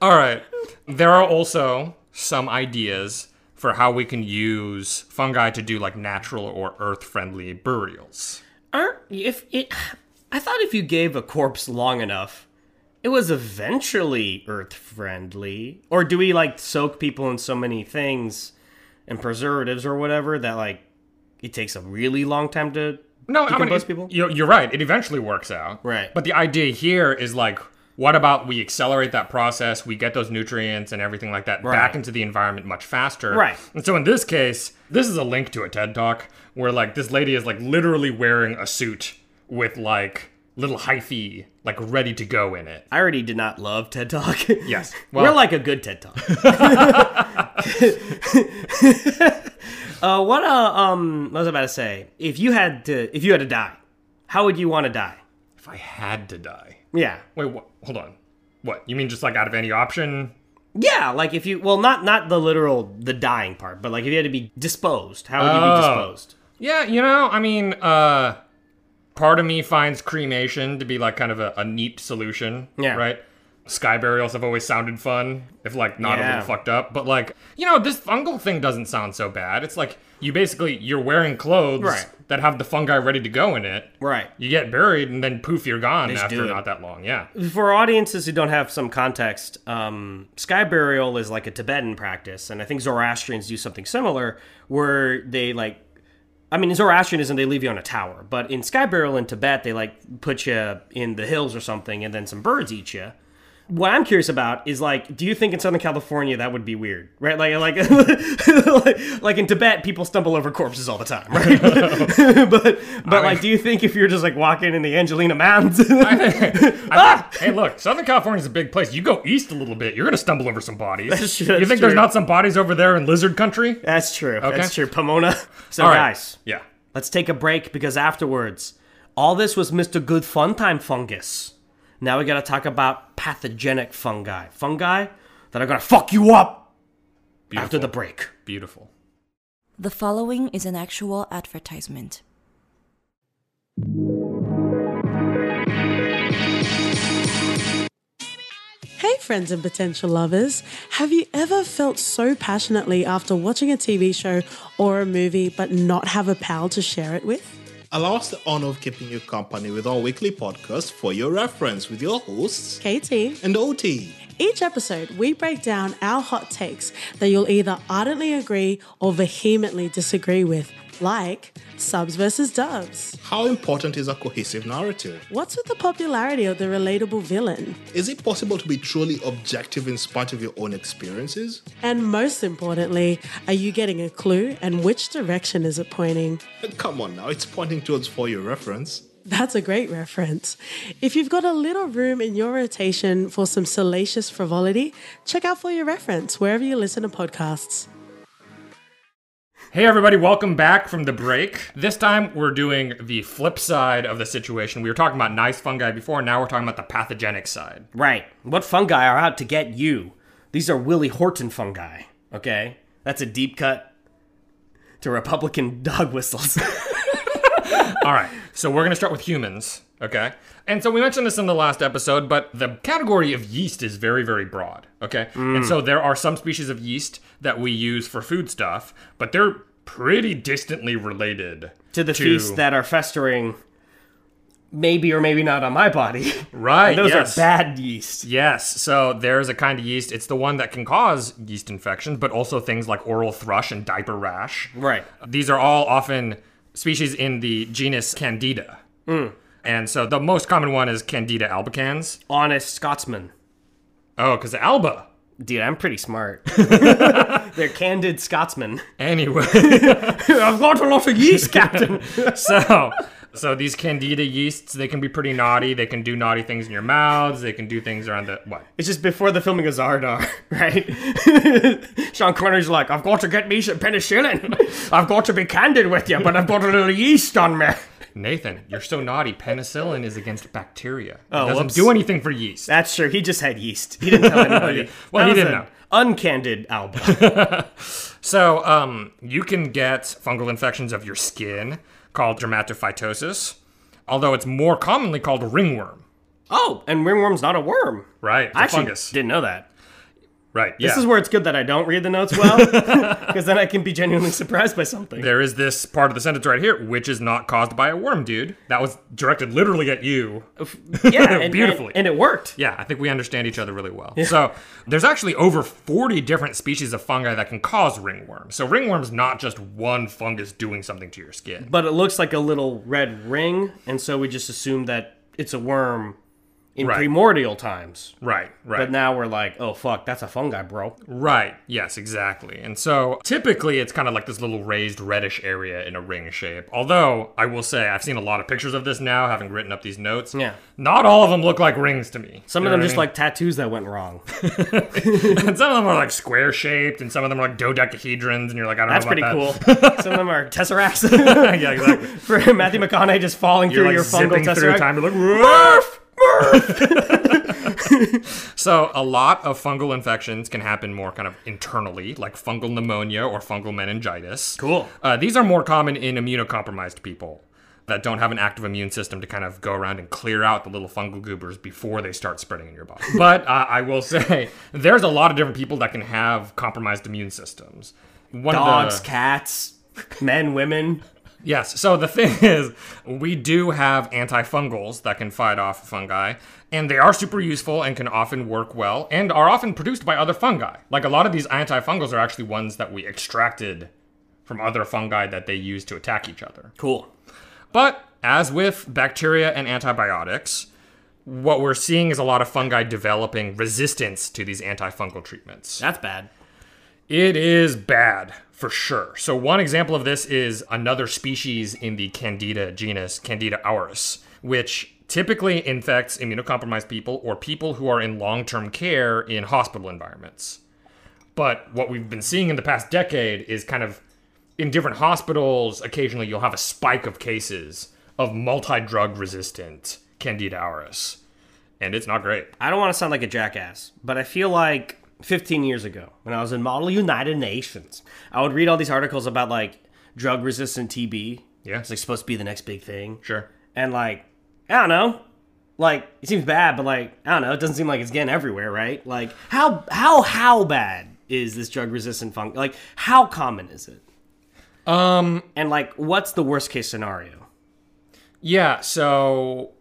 All right. There are also some ideas for how we can use fungi to do like natural or earth friendly burials. Aren't if it? I thought if you gave a corpse long enough, it was eventually earth friendly. Or do we like soak people in so many things and preservatives or whatever that like it takes a really long time to No, I mean, decompose it- people? You're, you're right. It eventually works out. Right. But the idea here is like, what about we accelerate that process? We get those nutrients and everything like that Right. back into the environment much faster. Right. And so in this case, this is a link to a TED talk where like this lady is like literally wearing a suit with like little hyphae like ready to go in it. I already did not love TED Talk. Yes. We're Well- like a good TED Talk. uh, what uh, um, I was about to say, if you had to, if you had to die, how would you want to die? If I had to die. Yeah. Wait, what? Hold on. What? You mean just like out of any option? Yeah, like if you well, not not the literal the dying part, but like if you had to be disposed, how would you be Oh. disposed? Yeah, you know, I mean, uh, part of me finds cremation to be like kind of a, a neat solution. Yeah. Right? Sky burials have always sounded fun, if like not a Yeah. little fucked up. But like, you know, this fungal thing doesn't sound so bad. It's like you basically you're wearing clothes Right. that have the fungi ready to go in it. Right. You get buried and then poof, you're gone just do after it. not that long. Yeah. For audiences who don't have some context, um, sky burial is like a Tibetan practice, and I think Zoroastrians do something similar, where they like, I mean, in Zoroastrianism they leave you on a tower, but in sky burial in Tibet they like put you in the hills or something, and then some birds eat you. What I'm curious about is like, do you think in Southern California that would be weird, right? Like, like, like, like in Tibet, people stumble over corpses all the time, right? but, but like, do you think if you're just like walking in the Angelina Mountains, I Ah! think- hey, look, Southern California's a big place. You go east a little bit, you're gonna stumble over some bodies. That's true, you that's think true. there's not some bodies over there in lizard country? That's true. That's true. Pomona. So, All right. guys, Yeah. let's take a break because afterwards, all this was Mr. Good Fun Time fungus. Now we gotta talk about pathogenic fungi. Fungi that are gonna fuck you up after Beautiful. the break. Beautiful. The following is an actual advertisement. Hey, friends and potential lovers. Have you ever felt so passionately after watching a TV show or a movie but not have a pal to share it with? Allow us the honor of keeping you company with our weekly podcast for your reference with your hosts KT. and OT. Each episode, we break down our hot takes that you'll either ardently agree or vehemently disagree with, like subs versus dubs. How important is a cohesive narrative? What's with the popularity of the relatable villain? Is it possible to be truly objective in spite of your own experiences? And most importantly, are you getting a clue and which direction is it pointing? Come on now, it's pointing towards for your reference. That's a great reference. If you've got a little room in your rotation for some salacious frivolity, check out For Your Reference wherever you listen to podcasts. Hey, everybody, welcome back from the break. This time we're doing the flip side of the situation. We were talking about nice fungi before, now we're talking about the pathogenic side. Right. What fungi are out to get you? These are Willie Horton fungi. Okay? That's a deep cut to Republican dog whistles. All right, so we're gonna start with humans, okay? And so we mentioned this in the last episode, but the category of yeast is very, very broad, okay? Mm. And so there are some species of yeast that we use for food stuff, but they're pretty distantly related to the feasts that are festering, maybe or maybe not on my body. right. Those yes. are bad yeast. Yes, so there's a kind of yeast. It's the one that can cause yeast infections, but also things like oral thrush and diaper rash. Right. These are all often species in the genus Candida. Hmm. And so the most common one is Candida albicans. Honest Scotsman. Oh, because Alba. Dude, I'm pretty smart. They're candid Scotsmen. Anyway, I've got a lot of yeast, Captain. so, so these Candida yeasts, they can be pretty naughty. They can do naughty things in your mouths. They can do things around the what? It's just before the filming of Zardar, right? Sean Connery's like, I've got to get me some penicillin. I've got to be candid with you, but I've got a little yeast on me. Nathan, you're so naughty. Penicillin is against bacteria. It Oh, doesn't whoops. do anything for yeast. That's true. He just had yeast. He didn't tell anybody. Oh, Well, he That was didn't an Uncandid know. album. So, um, you can get fungal infections of your skin called dermatophytosis, although it's more commonly called ringworm. oh, and ringworm's not a worm. Right, it's a I actually fungus. didn't know that. Right. This yeah. is where it's good that I don't read the notes well, because then I can be genuinely surprised by something. There is this part of the sentence right here, which is not caused by a worm, dude. That was directed literally at you. Yeah, and- and- Beautifully. and, it worked. Yeah, I think we understand each other really well. So, there's actually over 40 different species of fungi that can cause ringworm. So, ringworm's not just one fungus doing something to your skin. But it looks like a little red ring, and so we just assume that it's a worm in Right. primordial times. Right, right. But now we're like, oh fuck, that's a fungi, bro. Right. Yes, exactly. And so typically it's kind of like this little raised reddish area in a ring shape. Although I will say I've seen a lot of pictures of this now, having written up these notes. Yeah. Not all of them look like rings to me. Some You of them know what I just mean? like tattoos that went wrong. and some of them are like square shaped, and some of them are like dodecahedrons, and you're like I don't That's know pretty cool. about that. Some of them are tesseracts. yeah, exactly. For Matthew McConaughey just falling You're through like your fungal zipping through tesseract. time. You're like Murph, Murph. so a lot of fungal infections can happen more kind of internally, like fungal pneumonia or fungal meningitis. Cool. Uh, these are more common in immunocompromised people that don't have an active immune system to kind of go around and clear out the little fungal goobers before they start spreading in your body. but uh, I will say, there's a lot of different people that can have compromised immune systems. One of the- Dogs, cats, men, women. Yes. So the thing is, we do have antifungals that can fight off fungi, and they are super useful and can often work well and are often produced by other fungi. Like a lot of these antifungals are actually ones that we extracted from other fungi that they use to attack each other. Cool. But as with bacteria and antibiotics, what we're seeing is a lot of fungi developing resistance to these antifungal treatments. That's bad. It is bad for sure. So one example of this is another species in the Candida genus, Candida auris, which typically infects immunocompromised people or people who are in long-term care in hospital environments. But what we've been seeing in the past decade is kind of in different hospitals, occasionally you'll have a spike of cases of multi-drug resistant Candida auris. And it's not great. I don't want to sound like a jackass, but I feel like 15 years ago, when I was in Model United Nations, I would read all these articles about like drug resistant TB. Yeah. It's like supposed to be the next big thing. Sure. And like, I don't know. Like, it seems bad, but like, I don't know. It doesn't seem like it's getting everywhere, right? Like, how, how, how bad is this drug resistant funk? Like, how common is it? Um And like, what's the worst case scenario? Yeah, so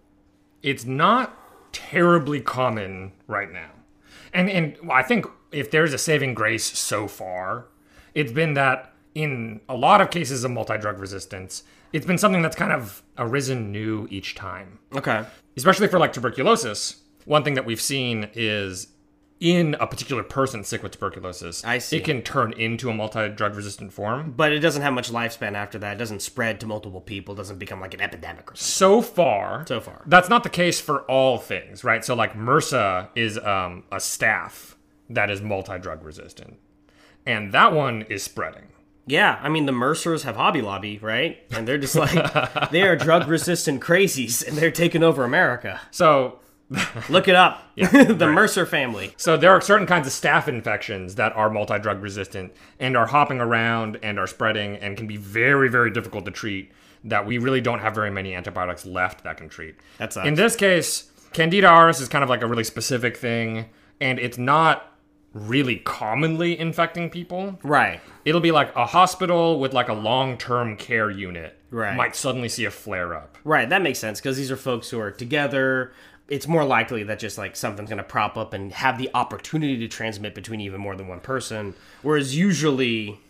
it's not terribly common right now. And and I think if there's a saving grace so far, it's been that in a lot of cases of multi-drug resistance, it's been something that's kind of arisen new each time Okay. especially for like tuberculosis, one thing that we've seen is in a particular person sick with tuberculosis, I see. it can turn into a multi-drug resistant form. But it doesn't have much lifespan after that. It doesn't spread to multiple people. It doesn't become like an epidemic or something. So far, So far. that's not the case for all things, right? So like MRSA is um, a staph that is multi-drug resistant, and that one is spreading. Yeah, I mean the Mercers have Hobby Lobby, right? And they're just like they are drug resistant crazies, and they're taking over America. So Look it up. the Mercer family. So there are certain kinds of staph infections that are multi-drug resistant and are hopping around and are spreading and can be very, very difficult to treat. That we really don't have very many antibiotics left that can treat. That sucks. In this case, Candida auris is kind of like a really specific thing, and it's not really commonly infecting people. Right. It'll be like a hospital with like a long-term care unit Right. might suddenly see a flare-up. Right, that makes sense because these are folks who are together. It's more likely that just like something's going to prop up and have the opportunity to transmit between even more than one person. Whereas usually,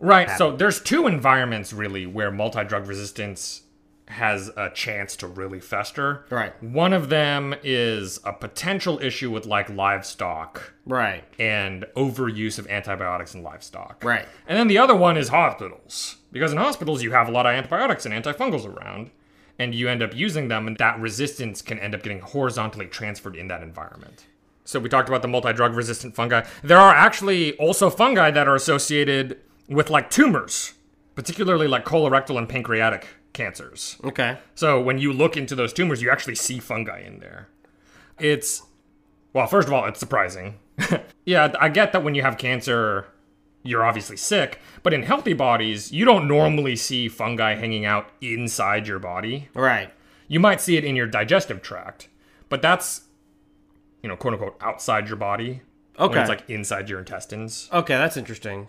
Right. So there's two environments really where multi drug resistance has a chance to really fester. Right. One of them is a potential issue with like livestock right, and overuse of antibiotics in livestock. Right. And then the other one is hospitals. Because in hospitals, you have a lot of antibiotics and antifungals around, and you end up using them, and that resistance can end up getting horizontally transferred in that environment. So we talked about the multi drug resistant fungi. There are actually also fungi that are associated with like tumors, particularly like colorectal and pancreatic cancers. okay, So when you look into those tumors, you actually see fungi in there. It's well, first of all, it's surprising. yeah, I get that when you have cancer, you're obviously sick, but in healthy bodies, you don't normally see fungi hanging out inside your body. right, You might see it in your digestive tract, but that's you know, quote unquote outside your body. when Okay. it's like inside your intestines. okay. That's interesting.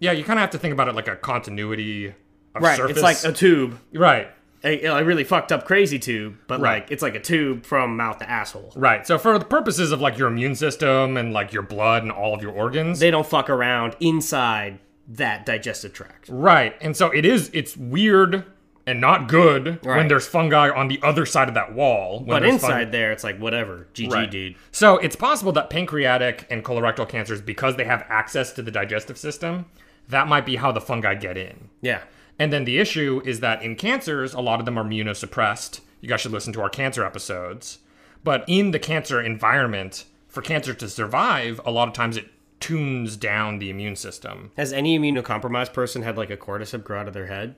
Yeah, you kind of have to think about it like a continuity of Right, surface. it's like a tube, right. a, a really fucked up crazy tube, but Right. like it's like a tube from mouth to asshole. Right. So for the purposes of like your immune system and like your blood and all of your organs. They don't fuck around inside that digestive tract. right. And so it is it's weird and not good when Right. there's fungi on the other side of that wall. when But there's inside fung- there, it's like whatever, GG, Right. dude. So it's possible that pancreatic and colorectal cancers, because they have access to the digestive system, that might be how the fungi get in. Yeah, And then the issue is that in cancers, a lot of them are immunosuppressed. You guys should listen to our cancer episodes. But in the cancer environment, for cancer to survive, a lot of times it tunes down the immune system. has any immunocompromised person had like a cordyceps grow out of their head?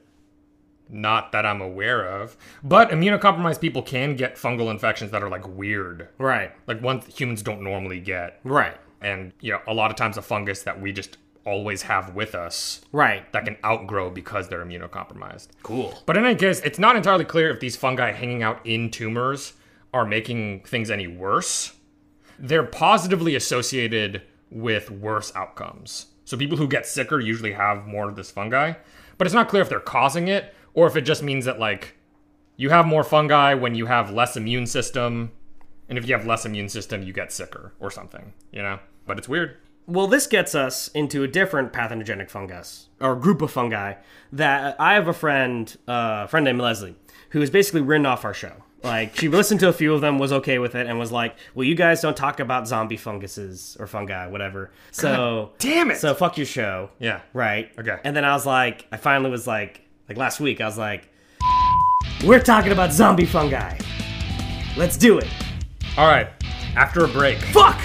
Not that I'm aware of. But immunocompromised people can get fungal infections that are like weird, Right, like ones that humans don't normally get. right, And, you know, a lot of times a fungus that we just always have with us right. that can outgrow because they're immunocompromised. Cool. But in any case, it's not entirely clear if these fungi hanging out in tumors are making things any worse. They're positively associated with worse outcomes. So people who get sicker usually have more of this fungi, but it's not clear if they're causing it or if it just means that like you have more fungi when you have less immune system, and if you have less immune system, you get sicker or something, you know? But it's weird. Well, this gets us into a different pathogenic fungus or group of fungi that I have a friend, uh, friend named Leslie, who has basically written off our show. Like she listened to a few of them, was okay with it, and was like, "Well, you guys don't talk about zombie funguses or fungi, whatever." So damn it. So fuck your show. Yeah. Right. Okay. And then I was like, I finally was like, like last week, I was like, "We're talking about zombie fungi. Let's do it." All right, after a break. Fuck.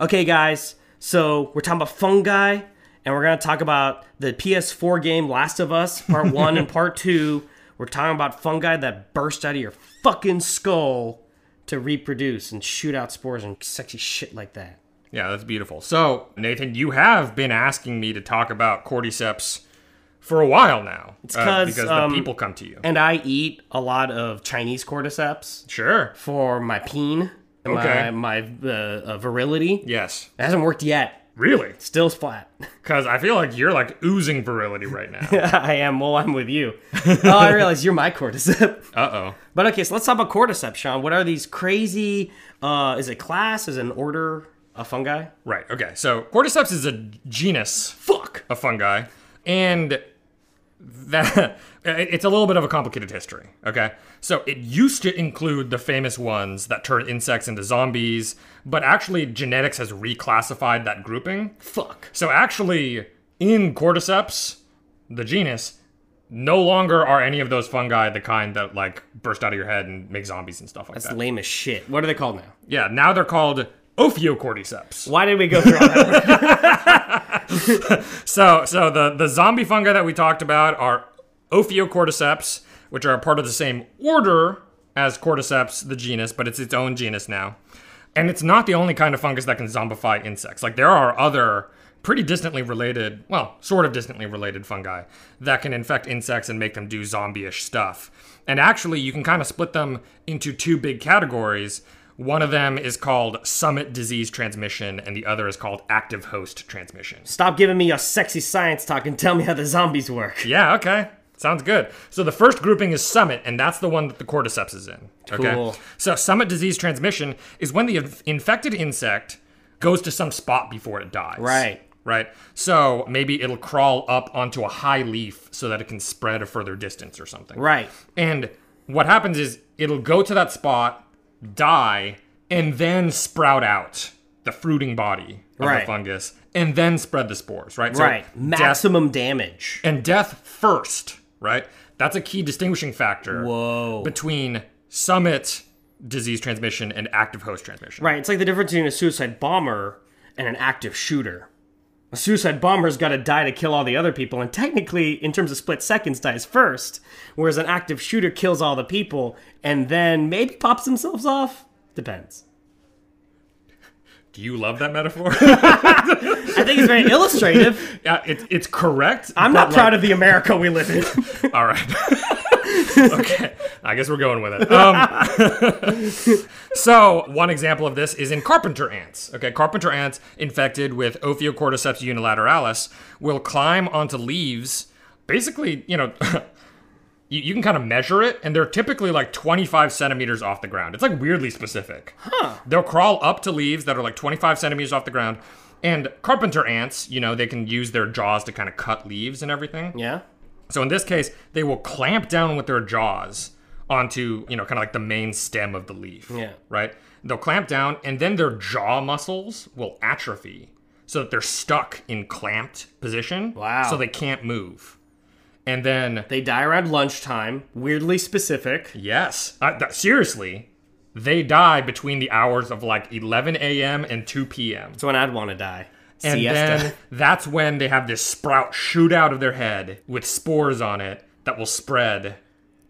Okay, guys, so we're talking about fungi, and we're going to talk about the PS4 game Last of Us Part 1 and Part 2. We're talking about fungi that burst out of your fucking skull to reproduce and shoot out spores and sexy shit like that. Yeah, that's beautiful. So, Nathan, you have been asking me to talk about cordyceps for a while now. It's 'cause, because um, the people come to you. And I eat a lot of Chinese cordyceps sure. for my peen, and Okay. my, my uh, uh, virility. Yes. It hasn't worked yet. Really? Still flat. Because I feel like you're like oozing virility right now. I am. Well, I'm with you. oh, I realize you're my cordyceps. uh oh. But okay, so let's talk about cordyceps, Sean. What are these crazy? Uh, is it class? Is it an order of fungi? Right. Okay. So, cordyceps is a genus. Fuck. Of fungi, and that it- it's a little bit of a complicated history. Okay. So it used to include the famous ones that turn insects into zombies, but actually genetics has reclassified that grouping. Fuck. So actually, in cordyceps, the genus, No longer are any of those fungi the kind that like burst out of your head and make zombies and stuff like That's that. lame as shit. What are they called now? Yeah, now they're called Ophiocordyceps. Why did we go through all that? So, so the the zombie fungi that we talked about are Ophiocordyceps, which are part of the same order as Cordyceps, the genus, but it's its own genus now. And it's not the only kind of fungus that can zombify insects. Like there are other pretty distantly related, well, sort of distantly related fungi that can infect insects and make them do zombie-ish stuff. And actually, you can kind of split them into two big categories. One of them is called summit disease transmission, and the other is called active host transmission. Stop giving me your sexy science talk and tell me how the zombies work. Yeah, okay. Sounds good. So the first grouping is summit, and that's the one that the cordyceps is in. Okay. Cool. So summit disease transmission is when the inf- infected insect goes to some spot before it dies. Right. Right. So maybe it'll crawl up onto a high leaf so that it can spread a further distance or something. Right. And what happens is it'll go to that spot, die, and then sprout out the fruiting body of Right. the fungus, and then spread the spores. Right. So right. death- Maximum damage. and death first, right? That's a key distinguishing factor Whoa. between summit disease transmission and active host transmission. Right. It's like the difference between a suicide bomber and an active shooter. A suicide bomber's got to die to kill all the other people, and technically, in terms of split seconds, dies first, whereas an active shooter kills all the people and then maybe pops themselves off. Depends. Do you love that metaphor? I think it's very illustrative. yeah, it's it's correct. I'm not proud of the America we live in. of All right. okay. I guess we're going with it. Um, so, one example of this is in carpenter ants. Okay, carpenter ants infected with Ophiocordyceps unilateralis will climb onto leaves, basically, you know, you, you can kind of measure it, and they're typically like 25 centimeters off the ground. It's like weirdly specific. Huh. They'll crawl up to leaves that are like 25 centimeters off the ground. And carpenter ants, you know, they can use their jaws to kind of cut leaves and everything. yeah. So in this case, they will clamp down with their jaws onto, you know, kind of like the main stem of the leaf. Yeah. Right? They'll clamp down and then their jaw muscles will atrophy so that they're stuck in clamped position. Wow. So they can't move. And then, They die around lunchtime. Weirdly specific. yes, I, th- seriously, they die between the hours of like 11 a.m. and 2 p.m. That's when I'd want to die. And Siesta. then that's when they have this sprout shoot out of their head with spores on it that will spread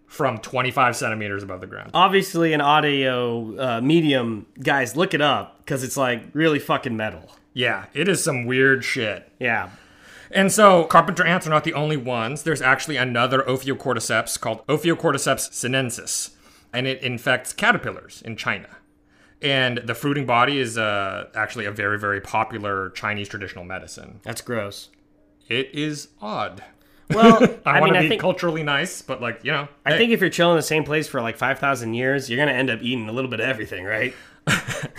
from 25 centimeters above the ground. obviously an audio uh, medium guys look it up because it's like really fucking metal Yeah, it is some weird shit. yeah And so carpenter ants are not the only ones. There's actually another Ophiocordyceps called Ophiocordyceps sinensis, and it infects caterpillars in China. And the fruiting body is uh, actually a very, very popular Chinese traditional medicine. that's gross It is odd. well I, i, mean want to i be think culturally nice, but like, you know. eh, I think if you're chilling in the same place for like 5,000 years, you're going to end up eating a little bit of everything, right?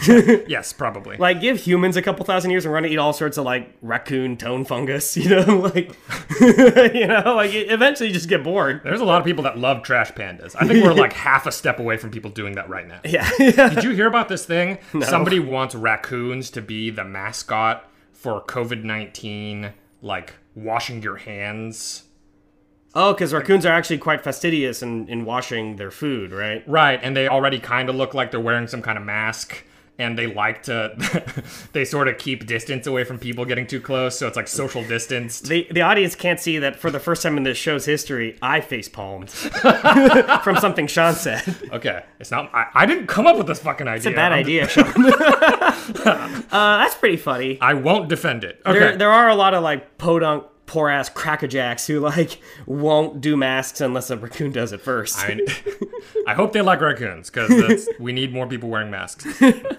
Yes, probably. Like, give humans a couple thousand years and we're going to eat all sorts of like raccoon tone fungus, you know? Like, you know, like you- eventually you just get bored. There's a lot of people that love trash pandas. I think we're like half a step away from people doing that right now. Yeah. yeah. Did you hear about this thing? Somebody wants raccoons to be the mascot for COVID 19, like washing your hands. Oh, because raccoons are actually quite fastidious in, in washing their food, right? Right, and they already kind of look like they're wearing some kind of mask. And they like to, they sort of keep distance away from people getting too close. So it's like social distanced. The, the audience can't see that for the first time in this show's history, I face palmed from something Sean said. It's Okay. It's not, I, I didn't come up with this fucking idea. It's a bad idea, Sean. uh, that's pretty funny. I won't defend it. Okay. There, there are a lot of like podunk, poor ass crackerjacks who like won't do masks unless a raccoon does it first. I, I hope they like raccoons because we need more people wearing masks.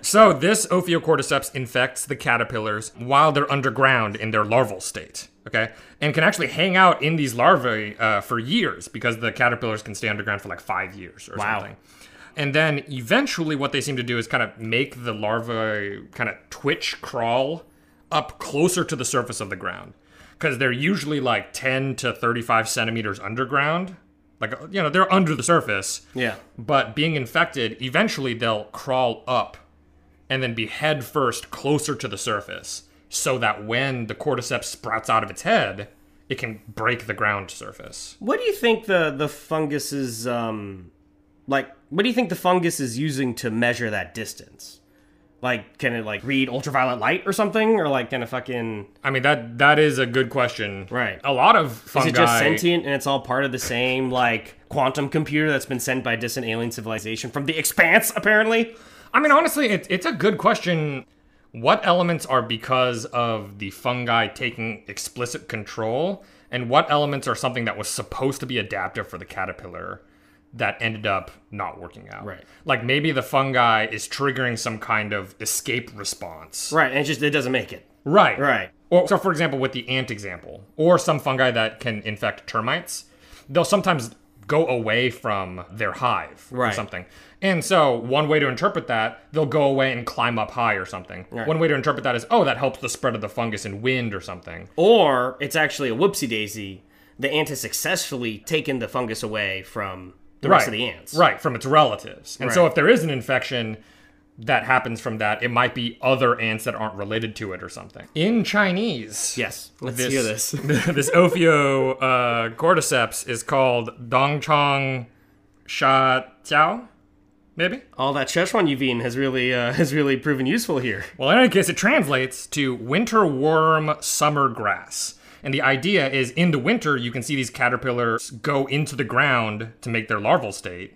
So this Ophiocordyceps infects the caterpillars while they're underground in their larval state. Okay, and can actually hang out in these larvae uh, for years because the caterpillars can stay underground for like five years or Wow. something. And then eventually, what they seem to do is kind of make the larvae kind of twitch crawl up closer to the surface of the ground because they're usually like 10 to 35 centimeters underground. Like, you know, they're under the surface. yeah. But being infected, eventually they'll crawl up and then be head first closer to the surface so that when the cordyceps sprouts out of its head, it can break the ground surface. What do you think the the fungus is um like what do you think the fungus is using to measure that distance? Like can it like read ultraviolet light or something or like can it fucking I mean that that is a good question. Right. A lot of fungi. is it just sentient and it's all part of the same like quantum computer that's been sent by distant alien civilization from the expanse apparently? I mean, honestly, it, it's a good question. What elements are because of the fungi taking explicit control, and what elements are something that was supposed to be adaptive for the caterpillar that ended up not working out? Right. Like maybe the fungi is triggering some kind of escape response. Right, and it just it doesn't make it. Right. Right. Or so, for example, with the ant example, or some fungi that can infect termites, they'll sometimes go away from their hive or Right. something. And so, one way to interpret that, they'll go away and climb up high or something. One way to interpret that is, oh, that helps the spread of the fungus in wind or something. Or it's actually a whoopsie daisy. The ant has successfully taken the fungus away from the rest of the ants. Right, from its relatives. And so, Right. if there is an infection that happens from that, it might be other ants that aren't related to it or something. In Chinese, Yes. Let's hear this. this Ophio uh, cordyceps is called Dongchong Sha Tiao, maybe? All that Szechuan you've eaten has really uh, has really proven useful here. Well, in any case, it translates to winter worm summer grass. And the idea is in the winter, you can see these caterpillars go into the ground to make their larval state.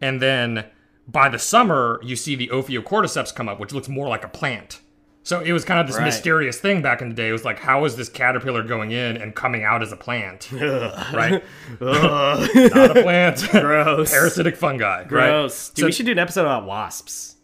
And then by the summer, you see the Ophiocordyceps come up, which looks more like a plant. So it was kind of this Right. mysterious thing back in the day. It was like, how is this caterpillar going in and coming out as a plant? right? Not a plant. Gross. Parasitic fungi. Gross. Right? Dude, So- we should do an episode about wasps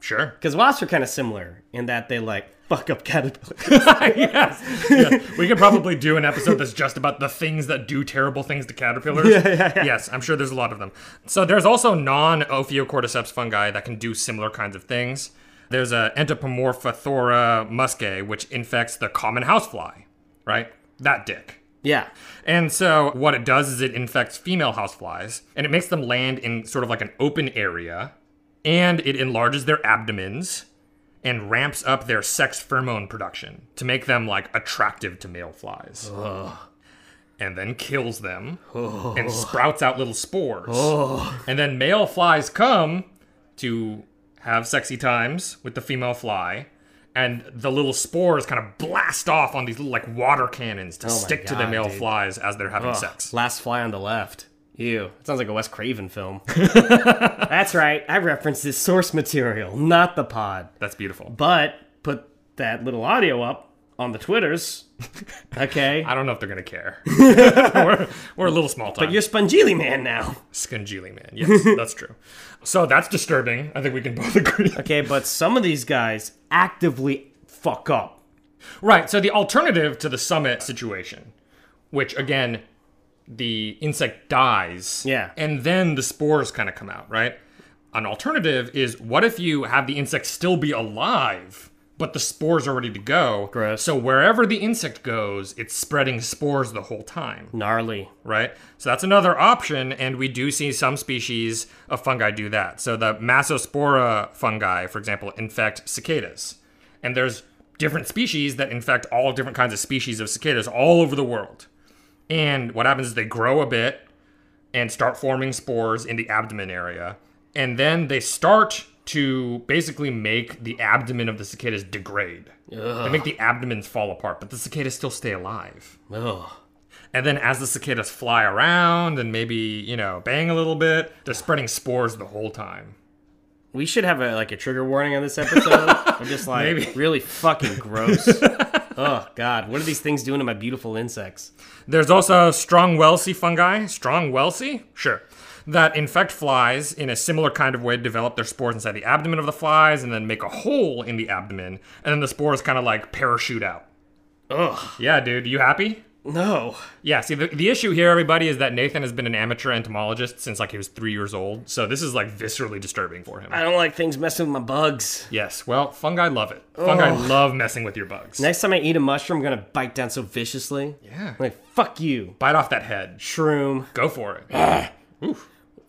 Sure. because wasps are kind of similar in that they like fuck up caterpillars. yes. yes. We could probably do an episode that's just about the things that do terrible things to caterpillars. Yes, I'm sure there's a lot of them. So there's also non Ophiocordyceps fungi that can do similar kinds of things. There's a Entopomorphothora muscae, which infects the common housefly, right? That dick. yeah. And so what it does is it infects female houseflies and it makes them land in sort of like an open area and it enlarges their abdomens and ramps up their sex pheromone production to make them like attractive to male flies. And then kills them and sprouts out little spores. And then male flies come to have sexy times with the female fly. And the little spores kind of blast off on these little like water cannons to stick to the Oh God, male dude. flies as they're having sex. Last fly on the left. Ew. It sounds like a Wes Craven film. That's right. I referenced this source material, not the pod. That's beautiful. But put that little audio up on the Twitters. Okay. I don't know if they're gonna care. we're, we're a little small time. You're Spongili Man now. Scungili man. Yes, that's true. So that's disturbing. I think we can both agree. Okay, but some of these guys actively fuck up. Right. So the alternative to the summit situation, which again, the insect dies. Yeah. And then the spores kind of come out, right? An alternative is what if you have the insect still be alive, but the spores are ready to go? Gross. So wherever the insect goes, it's spreading spores the whole time. Gnarly. right? So that's another option, and we do see some species of fungi do that. So the Massospora fungi, for example, infect cicadas, and there's different species that infect all different kinds of species of cicadas all over the world. And what happens is they grow a bit and start forming spores in the abdomen area, and then they start to basically make the abdomen of the cicadas degrade. They make the abdomens fall apart, but the cicadas still stay alive. Ugh. And then as the cicadas fly around and maybe, you know, bang a little bit, they're spreading spores the whole time. We should have a like a trigger warning on this episode. I'm just like Maybe. really fucking gross. oh god, what are these things doing to my beautiful insects? There's also strong Wellsy fungi, strong Wellsy, sure, that infect flies in a similar kind of way, develop their spores inside the abdomen of the flies and then make a hole in the abdomen, and then the spores kind of like parachute out. Ugh. Yeah, dude, you happy? No. Yeah, see, the, the issue here, everybody, is that Nathan has been an amateur entomologist since like he was three years old, so this is like viscerally disturbing for him. I don't like things messing with my bugs. Yes, well, fungi love it. Fungi love messing with your bugs. Next time I eat a mushroom, I'm gonna bite down so viciously. Yeah. Like, fuck you, Bite off that head. Sh- shroom. Go for it.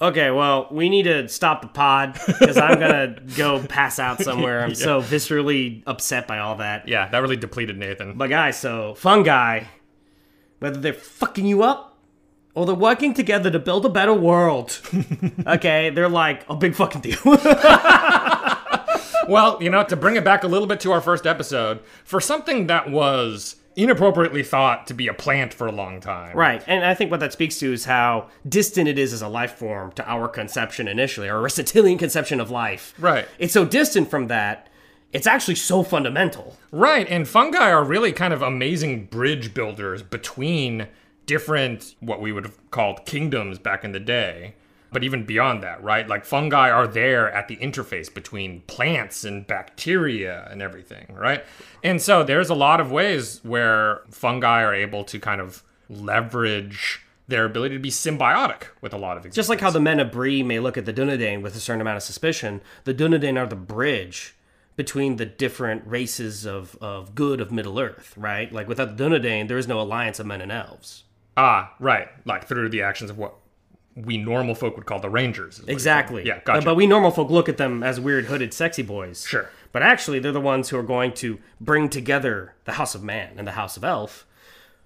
Okay, well, we need to stop the pod because I'm gonna go pass out somewhere. I'm so viscerally upset by all that. yeah, that really depleted Nathan. But guys, so fungi, whether they're fucking you up or they're working together to build a better world. okay, they're like a big fucking deal. Well, you know, to bring it back a little bit to our first episode, for something that was inappropriately thought to be a plant for a long time. right, and I think what that speaks to is how distant it is as a life form to our conception initially, our Aristotelian conception of life. Right. It's so distant from that, it's actually so fundamental. Right, and fungi are really kind of amazing bridge builders between different, what we would have called kingdoms back in the day. But even beyond that, right? Like fungi are there at the interface between plants and bacteria and everything, right? And so there's a lot of ways where fungi are able to kind of leverage their ability to be symbiotic with a lot of Just like how the men of Bree may look at the Dunedain with a certain amount of suspicion, the Dunedain are the bridge between the different races of, of good of Middle Earth, right? Like without the Dunedain, there is no alliance of men and elves. ah, right, like through the actions of what we normal folk would call the rangers. is what you're Exactly. saying. Yeah, gotcha. But, but we normal folk look at them as weird hooded sexy boys. Sure. But actually, they're the ones who are going to bring together the House of Man and the House of Elf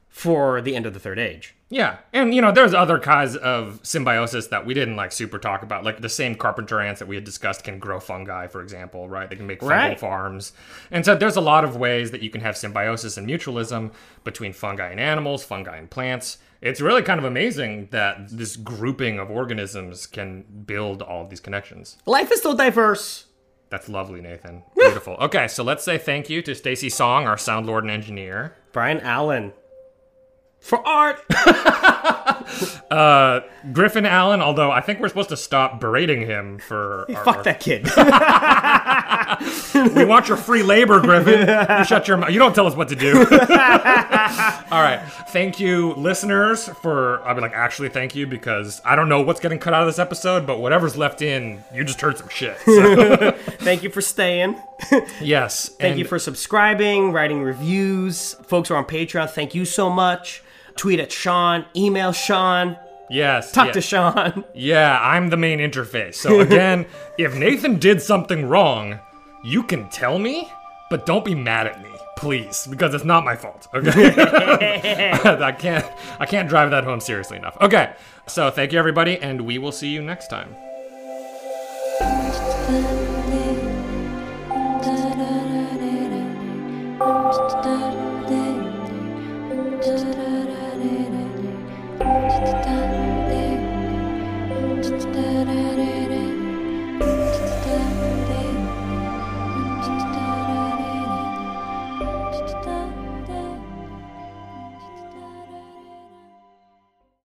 for the end of the Third Age. Yeah, and you know, there's other kinds of symbiosis that we didn't like super talk about, like the same carpenter ants that we had discussed can grow fungi, for example, right? They can make fungal Right. farms, and so there's a lot of ways that you can have symbiosis and mutualism between fungi and animals, fungi and plants. It's really kind of amazing that this grouping of organisms can build all of these connections. Life is so diverse. That's lovely, Nathan. Beautiful. okay, so let's say thank you to Stacy Song, our sound lord and engineer. Brian Allen. For art. Uh, Griffin Allen, although I think we're supposed to stop berating him for our, Fuck that kid. We want your free labor, Griffin. You shut your mouth. You don't tell us what to do. All right. Thank you, listeners, for. I mean, like, actually, thank you because I don't know what's getting cut out of this episode, but whatever's left in, you just heard some shit. So, Thank you for staying. yes. Thank you for subscribing, writing reviews. Folks who are on Patreon, thank you so much. Tweet at Sean, email Sean, Yes. talk yeah. to Sean. Yeah, I'm the main interface. So, again, if Nathan did something wrong, you can tell me, but don't be mad at me. Please, because it's not my fault. Okay, I can't, I can't drive that home seriously enough. Okay, so thank you everybody, and we will see you next time.